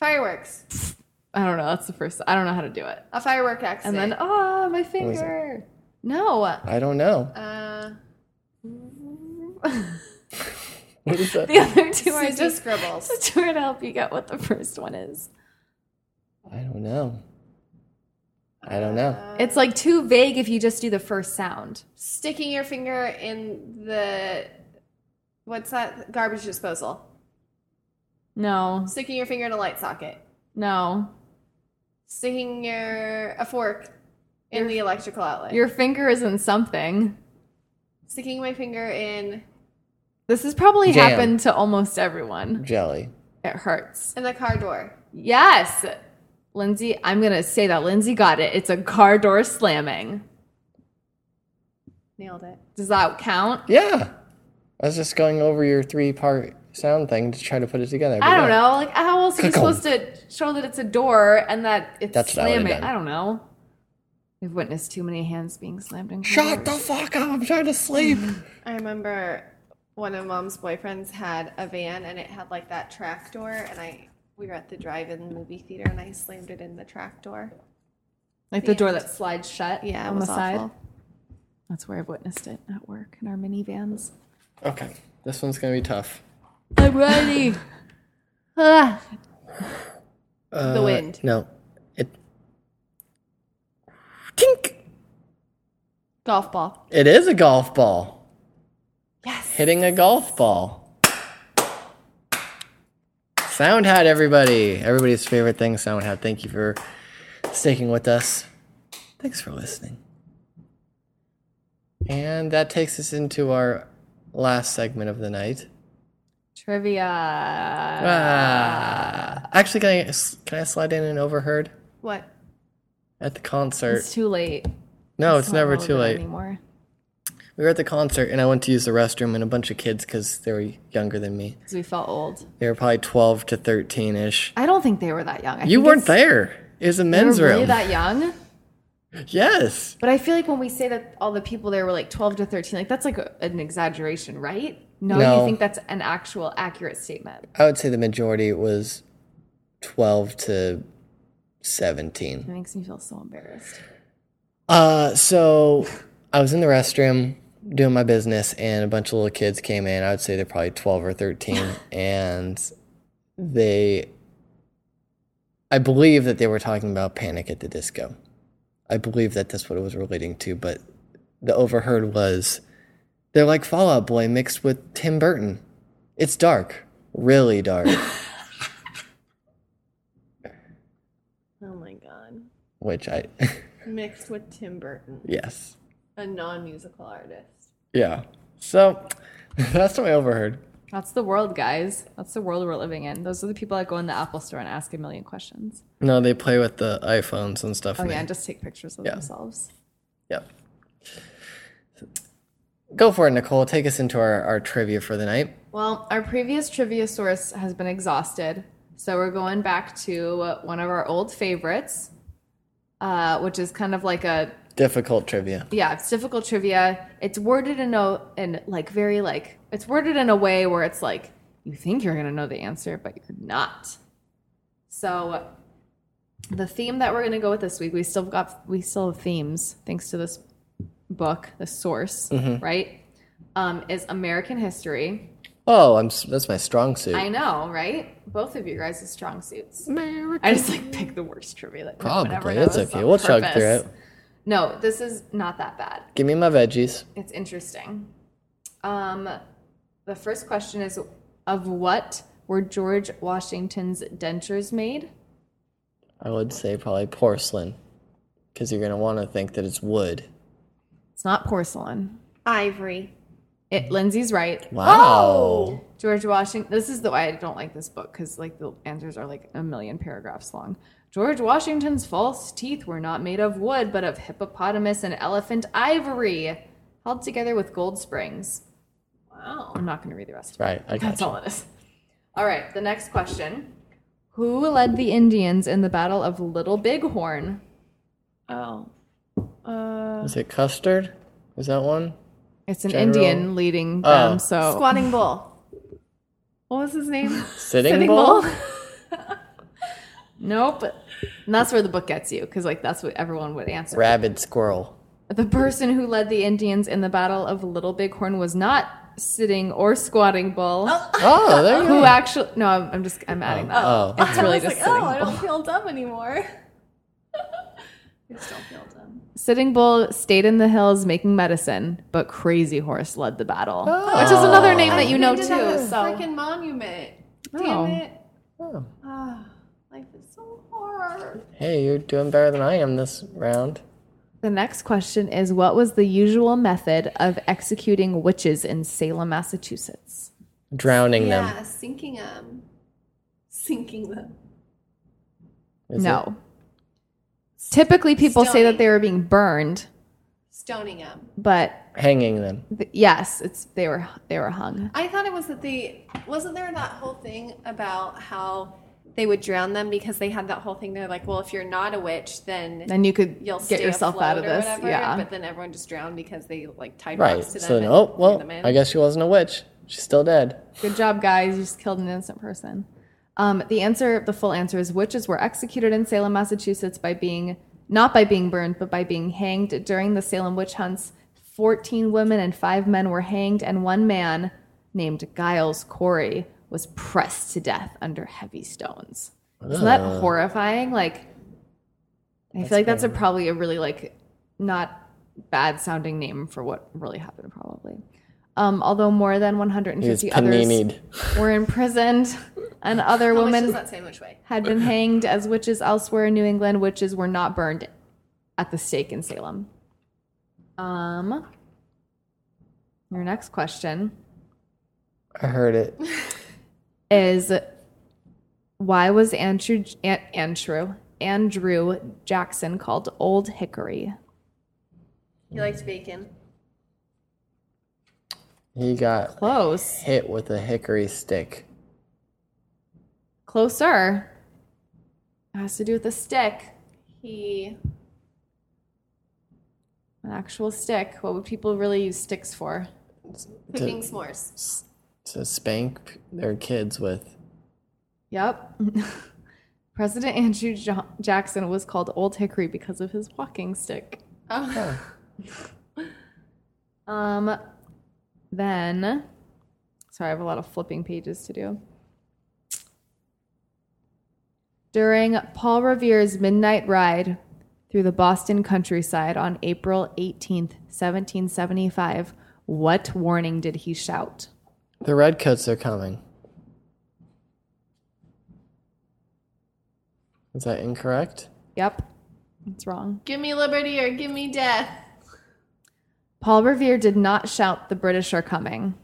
Speaker 3: Fireworks.
Speaker 2: I don't know. That's the first. I don't know how to do it.
Speaker 3: A firework
Speaker 2: And
Speaker 3: accident.
Speaker 2: then ah, my
Speaker 1: was it?
Speaker 2: finger. No.
Speaker 1: I don't know.
Speaker 3: uh,
Speaker 1: What is that?
Speaker 2: The other
Speaker 3: two
Speaker 2: two are
Speaker 3: just
Speaker 2: just
Speaker 3: scribbles.
Speaker 2: to try to help you get what the first one is.
Speaker 1: I don't know. I don't know.
Speaker 2: It's like too vague if you just do the first sound.
Speaker 3: Sticking your finger in the what's that? Garbage disposal.
Speaker 2: No,
Speaker 3: Sticking your finger in a light socket.
Speaker 2: no.
Speaker 3: Sticking your a fork in the electrical outlet.
Speaker 2: Your finger isn't something.
Speaker 3: sticking my finger in
Speaker 2: This has probably
Speaker 1: Jam.
Speaker 2: happened to almost everyone.
Speaker 1: Jelly.
Speaker 2: It hurts.
Speaker 3: in the car door.
Speaker 2: Yes. Lindsay, I'm going to say that Lindsay got it. It's a car door slamming.
Speaker 3: Nailed it.
Speaker 2: Does that count?
Speaker 1: Yeah. I was just going over your three part sound thing to try to put it together. but
Speaker 2: I don't
Speaker 1: yeah.
Speaker 2: know. Like, how else are you
Speaker 1: Click-on.
Speaker 2: supposed to show that it's a door and that it's
Speaker 1: That's what I would've
Speaker 2: slamming?
Speaker 1: done.
Speaker 2: I don't know. I've witnessed too many hands being slammed in.
Speaker 1: Shut the fuck up. I'm trying to sleep.
Speaker 3: I remember one of mom's boyfriends had a van and it had like that track door and I we were at the drive-in movie theater and I slammed it in the track door.
Speaker 2: like the door that slides shut.
Speaker 3: Yeah, it
Speaker 2: on
Speaker 3: was
Speaker 2: the side.
Speaker 3: awful.
Speaker 2: That's where I've witnessed it at work in our minivans.
Speaker 1: okay. This one's going to be tough.
Speaker 2: I'm ready.
Speaker 1: Uh,
Speaker 3: wind.
Speaker 1: No. It. Tink.
Speaker 3: Golf ball.
Speaker 1: It is a golf ball. Yes. Hitting a golf ball. Sound hat, everybody. Everybody's favorite thing, Sound hat. Thank you for sticking with us. Thanks for listening. And that takes us into our last segment of the night.
Speaker 2: Trivia.
Speaker 1: Ah. Actually, can I can I slide in an overheard
Speaker 3: What?
Speaker 1: at the concert?
Speaker 2: It's too late.
Speaker 1: no, it's
Speaker 2: not
Speaker 1: never too
Speaker 2: relevant
Speaker 1: late.
Speaker 2: anymore.
Speaker 1: We were at the concert, and I went to use the restroom, and a bunch of kids, because they were younger than me,
Speaker 2: Because we felt old.
Speaker 1: they were probably twelve to thirteen ish.
Speaker 2: I don't think they were that young. I
Speaker 1: You
Speaker 2: think
Speaker 1: weren't
Speaker 2: it's-
Speaker 1: there. It was a
Speaker 2: They were
Speaker 1: men's
Speaker 2: really
Speaker 1: room.
Speaker 2: that young.
Speaker 1: Yes.
Speaker 2: But I feel like when we say that all the people there were like 12 to 13, like that's like a, an exaggeration, right? No,
Speaker 1: No.
Speaker 2: you think that's an actual accurate statement.
Speaker 1: I would say the majority was twelve to
Speaker 2: It
Speaker 1: seventeen.
Speaker 2: makes me feel so embarrassed.
Speaker 1: Uh, so I was in the restroom doing my business, and a bunch of little kids came in. I would say they're probably 12 or 13, and they, I believe that they were talking about Panic at the Disco. I believe that that's what it was relating to, but the overheard was they're like Fallout Boy mixed with Tim Burton. It's dark, really dark.
Speaker 3: Oh my god.
Speaker 1: Which I,
Speaker 3: Mixed with Tim Burton,
Speaker 1: yes,
Speaker 3: a non-musical artist.
Speaker 1: yeah. So that's what I overheard.
Speaker 2: That's the world, guys. That's the world we're living in. Those are the people that go in the Apple store and ask a million questions.
Speaker 1: No, they play with the iPhones and stuff.
Speaker 2: Oh,
Speaker 1: and
Speaker 2: yeah,
Speaker 1: they-
Speaker 2: and just take pictures of themselves.
Speaker 1: Yep. Go for it, Nicole. Take us into our, our trivia for the night.
Speaker 2: Well, our previous trivia source has been exhausted. So we're going back to one of our old favorites, uh, which is kind of like a
Speaker 1: Difficult trivia.
Speaker 2: yeah, it's difficult trivia. It's worded in a in like very like it's worded in a way where it's like you think you're gonna know the answer, but you're not. So the theme that we're gonna go with this week, we still got we still have themes thanks to this book, the source,
Speaker 1: Mm-hmm.
Speaker 2: right? Um, is American history.
Speaker 1: Oh, I'm s- that's my strong suit.
Speaker 2: I know, right? Both of you guys are strong suits. I just like picked the worst trivia that no one ever
Speaker 1: Probably. It's
Speaker 2: knows
Speaker 1: okay.
Speaker 2: on
Speaker 1: We'll chug
Speaker 2: purpose.
Speaker 1: through it.
Speaker 2: No, this is not that bad.
Speaker 1: Give me my veggies.
Speaker 2: It's interesting. Um, the first question is Of what were George Washington's dentures made?
Speaker 1: I would say probably porcelain, because you're gonna want to think that it's wood.
Speaker 2: It's not porcelain.
Speaker 3: Ivory.
Speaker 2: It Lindsay's right.
Speaker 1: Wow.
Speaker 2: George Washington. This is the why I don't like this book because like the answers are like a million paragraphs long. George Washington's false teeth were not made of wood, but of hippopotamus and elephant ivory, held together with gold springs. Wow. I'm not going to read the rest.
Speaker 1: Right. I got
Speaker 2: That's
Speaker 1: you.
Speaker 2: all it is. All right, the next question. Who led the Indians in the Battle of Little Bighorn?
Speaker 3: Oh. Uh
Speaker 1: Is it custard? Is that one?
Speaker 2: It's an
Speaker 1: General-
Speaker 2: Indian leading them,
Speaker 1: Oh.
Speaker 2: so
Speaker 3: Squatting Bull. What was his name?
Speaker 1: Sitting,
Speaker 2: Sitting
Speaker 1: bull.
Speaker 2: Bull. nope. And that's where the book gets you, because like that's what everyone would answer.
Speaker 1: Rabid squirrel.
Speaker 2: The person who led the Indians in the Battle of Little Bighorn was not sitting or squatting bull.
Speaker 1: Oh, there you
Speaker 2: Who
Speaker 1: go.
Speaker 2: actually? No, I'm, I'm just I'm adding that.
Speaker 1: Oh,
Speaker 2: It's really just sitting bull.
Speaker 3: feel dumb anymore. I just don't feel dumb.
Speaker 2: Sitting Bull stayed in the hills making medicine, but Crazy Horse led the battle, which is another name that you know too. So
Speaker 3: Freaking monument.
Speaker 2: Oh.
Speaker 3: Damn it.
Speaker 1: Oh.
Speaker 3: Ah, life is so hard.
Speaker 1: Hey, you're doing better than I am this round.
Speaker 2: the next question is: What was the usual method of executing witches in Salem, Massachusetts?
Speaker 1: Drowning them.
Speaker 3: Yeah, sinking them. Sinking them.
Speaker 1: is it?
Speaker 2: no. Typically, people say
Speaker 3: Stoning.
Speaker 2: that they were being burned,
Speaker 3: Stoning um. them.
Speaker 2: but
Speaker 1: hanging them.
Speaker 2: Th- Yes, it's they were they were hung.
Speaker 3: I thought it was that the wasn't there that whole thing about how they would drown them because they had that whole thing. They're like, well, if you're not a witch, then
Speaker 2: Then you could
Speaker 3: you'll
Speaker 2: get
Speaker 3: stay
Speaker 2: yourself out of
Speaker 3: afloat or
Speaker 2: this.
Speaker 3: whatever.
Speaker 2: yeah.
Speaker 3: But then everyone just drowned because they like tied
Speaker 1: Right.
Speaker 3: ropes to them.
Speaker 1: So, then,
Speaker 3: and
Speaker 1: oh,
Speaker 3: threw
Speaker 1: well,
Speaker 3: them in.
Speaker 1: I guess she wasn't a witch. She's still dead.
Speaker 2: Good job, guys. You just killed an innocent person. Um, the answer, the full answer is witches were executed in Salem, Massachusetts by being, not by being burned, but by being hanged during the Salem witch hunts. 14 women and five men were hanged, and one man named Giles Corey was pressed to death under heavy stones. Isn't that
Speaker 1: Ugh.
Speaker 2: horrifying? Like, I feel like that's a, probably a really like not bad sounding name for what really happened, probably. Um, although more than
Speaker 1: He was
Speaker 2: 150 others
Speaker 1: panini'd.
Speaker 2: were imprisoned, and other
Speaker 3: Which does
Speaker 2: women
Speaker 3: not say which way.
Speaker 2: had been hanged as witches elsewhere in New England. Witches were not burned at the stake in Salem. Um, your next question
Speaker 1: I heard it.
Speaker 2: is why was Andrew An- Andrew Andrew Jackson called Old Hickory?
Speaker 3: He liked bacon.
Speaker 1: He got
Speaker 2: Close,
Speaker 1: hit with a hickory stick.
Speaker 2: closer. It has to do with a stick,
Speaker 3: He
Speaker 2: an actual stick. What would people really use sticks for?
Speaker 1: To,
Speaker 3: cooking s'mores.
Speaker 1: to spank their kids with.
Speaker 2: Yep. President Andrew jo- Jackson was called Old Hickory because of his walking stick.
Speaker 3: Oh,
Speaker 2: Um, then, sorry, I have a lot of flipping pages to do. During Paul Revere's midnight ride through the Boston countryside on April 18th, 1775, what warning did he shout?
Speaker 1: The redcoats are coming. Is that incorrect?
Speaker 2: Yep, that's wrong.
Speaker 3: give me liberty or give me death.
Speaker 2: Paul Revere did not shout, The British are coming.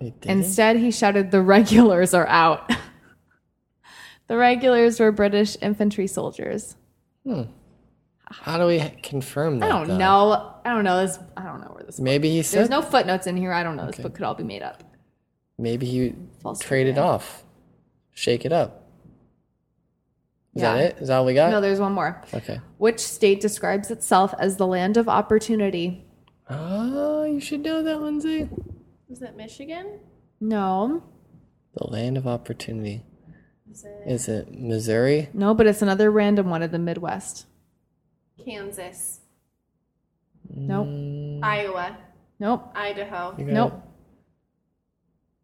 Speaker 1: They did
Speaker 2: Instead, he shouted, The regulars are out. the regulars were British infantry soldiers.
Speaker 1: How do we h- confirm
Speaker 2: I
Speaker 1: that?
Speaker 2: don't
Speaker 1: though?
Speaker 2: know. I don't know this. I don't know where this.
Speaker 1: Maybe he
Speaker 2: There's
Speaker 1: said.
Speaker 2: no footnotes in here. I don't know. This book could all be made up.
Speaker 1: maybe he
Speaker 2: False
Speaker 1: traded off. Shake it up. Is
Speaker 2: Yeah.
Speaker 1: that it? Is that all we got?
Speaker 2: No, there's one more.
Speaker 1: okay.
Speaker 2: Which state describes itself as the land of opportunity?
Speaker 1: Oh, you should know that, Lindsay.
Speaker 3: Was that Michigan?
Speaker 2: No,
Speaker 1: The land of opportunity. Is it Missouri?
Speaker 2: no, but it's another random one of the Midwest.
Speaker 3: Kansas,
Speaker 2: Nope,
Speaker 3: Iowa,
Speaker 2: nope,
Speaker 1: You
Speaker 3: Idaho,
Speaker 1: got
Speaker 2: nope,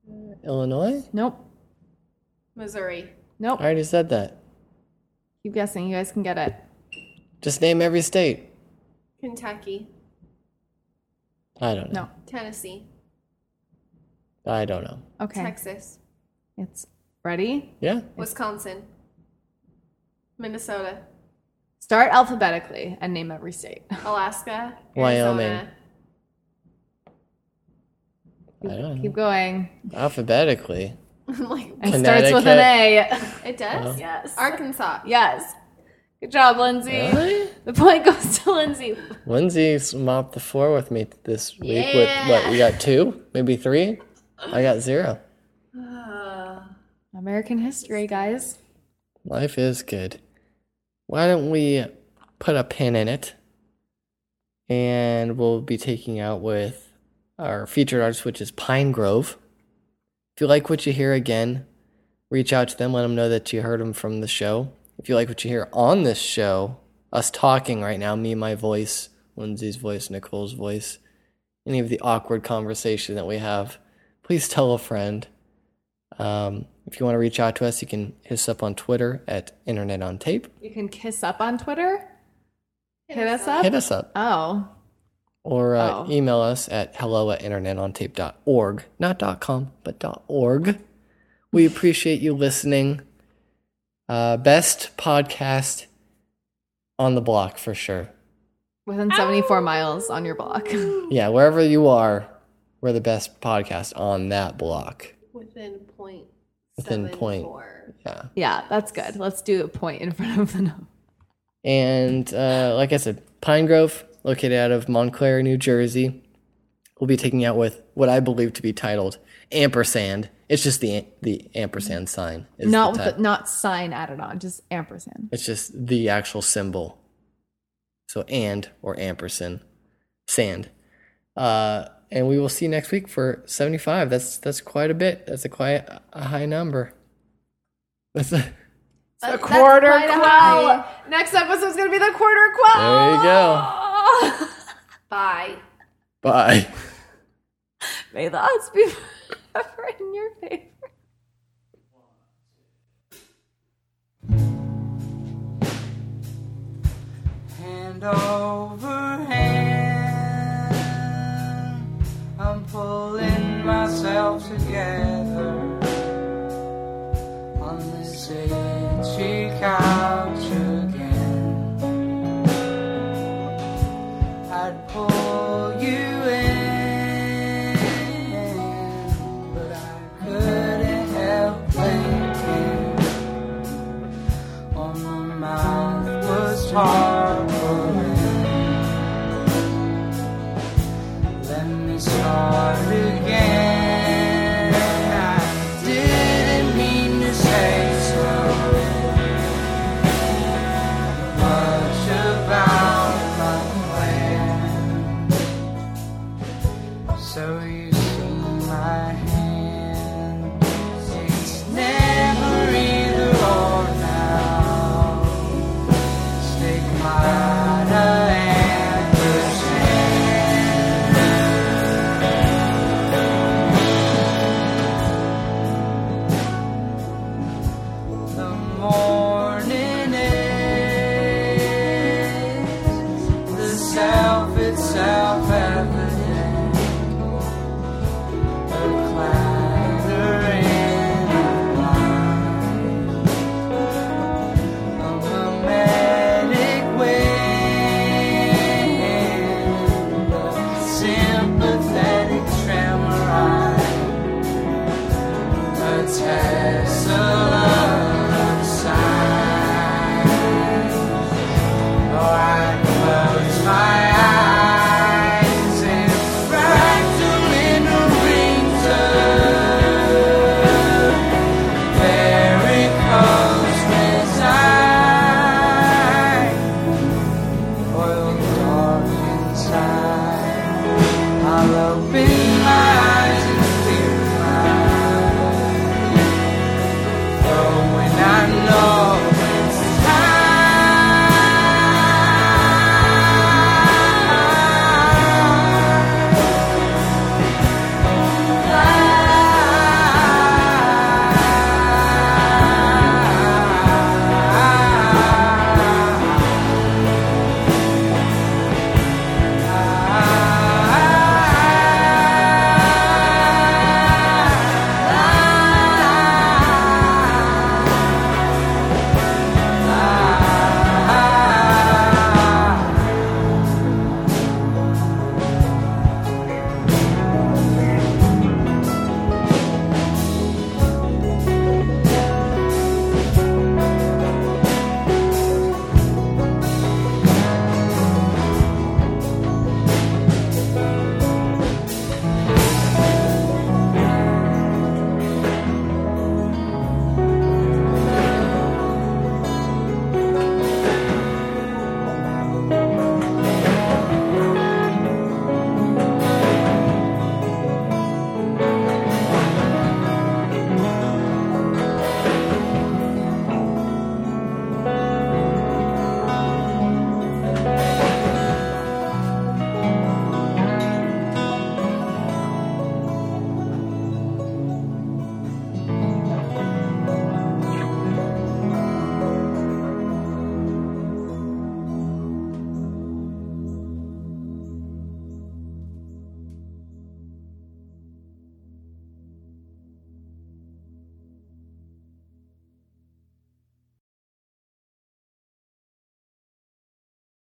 Speaker 1: it. Illinois?
Speaker 2: nope,
Speaker 3: Missouri.
Speaker 2: nope.
Speaker 1: I already said that.
Speaker 2: Keep guessing. You guys can get it.
Speaker 1: Just name every state.
Speaker 3: Kentucky,
Speaker 1: I don't know.
Speaker 3: Tennessee,
Speaker 1: I don't know.
Speaker 2: Okay,
Speaker 3: Texas,
Speaker 2: it's ready.
Speaker 1: Yeah.
Speaker 3: Wisconsin, Minnesota,
Speaker 2: Start alphabetically and name every state.
Speaker 3: Alaska,
Speaker 1: Wyoming.
Speaker 3: Arizona.
Speaker 1: I don't know.
Speaker 2: Keep going.
Speaker 1: Alphabetically.
Speaker 3: like
Speaker 2: It starts with an A.
Speaker 3: it does.
Speaker 2: Yes.
Speaker 3: Arkansas.
Speaker 2: Yes. Good job, Lindsay.
Speaker 1: Really?
Speaker 2: The point goes to Lindsay.
Speaker 1: Lindsay's mopped the floor with me this week with what? We got two? Maybe three? I got zero.
Speaker 2: American history, guys.
Speaker 1: Life is good. Why don't we put a pin in it? And we'll be taking out with our featured artist, which is Pine Grove. If you like what you hear again, reach out to them, let them know that you heard them from the show. If you like what you hear on this show, us talking right now, me, my voice, Lindsay's voice, Nicole's voice, any of the awkward conversation that we have, please tell a friend. Um, if you want to reach out to us, you can hit us up on Twitter at Internet on Tape.
Speaker 2: You can kiss up on Twitter. Hit, us up.
Speaker 1: Hit us up
Speaker 2: Oh,
Speaker 1: or uh,
Speaker 2: Oh.
Speaker 1: email us at hello at internetontape.org, not dot .com, but dot .org. We appreciate you listening. Uh, best podcast on the block for sure.
Speaker 2: within 74 miles on your block.
Speaker 1: Yeah, wherever you are, we're the best podcast on that block.
Speaker 3: Within point.
Speaker 1: Within
Speaker 3: seven
Speaker 1: point.
Speaker 3: four.
Speaker 1: Yeah.
Speaker 2: yeah, that's good. Let's do a point in front of the number.
Speaker 1: And uh, like I said, Pine Grove, located out of Montclair, New Jersey. will be taking out with what I believe to be titled ampersand. It's just the the ampersand sign. Is
Speaker 2: not
Speaker 1: the
Speaker 2: with
Speaker 1: ti-
Speaker 2: the, not sign added on, just ampersand.
Speaker 1: It's just the actual symbol. So and or ampersand, sand. Uh, and we will see you next week for seventy five. That's that's quite a bit. That's a quite a high number. That's a,
Speaker 2: A
Speaker 3: quarter
Speaker 2: quell. Next episode's gonna be the quarter quell.
Speaker 1: there you go.
Speaker 3: Bye.
Speaker 1: Bye.
Speaker 2: May the odds be forever in your favor.
Speaker 5: hand over hand. I'm pulling myself together on this itchy couch again. I'd pull you in, but I couldn't help thinking on my mouth was harboring. Let me start again. I didn't mean to say so much about my plan. So you see my hand. It's never either or now. Stigmata and percent. The morning is the self itself evident. A clatter in the line a romantic wind, a sympathetic tremor, a tesseract. Oh,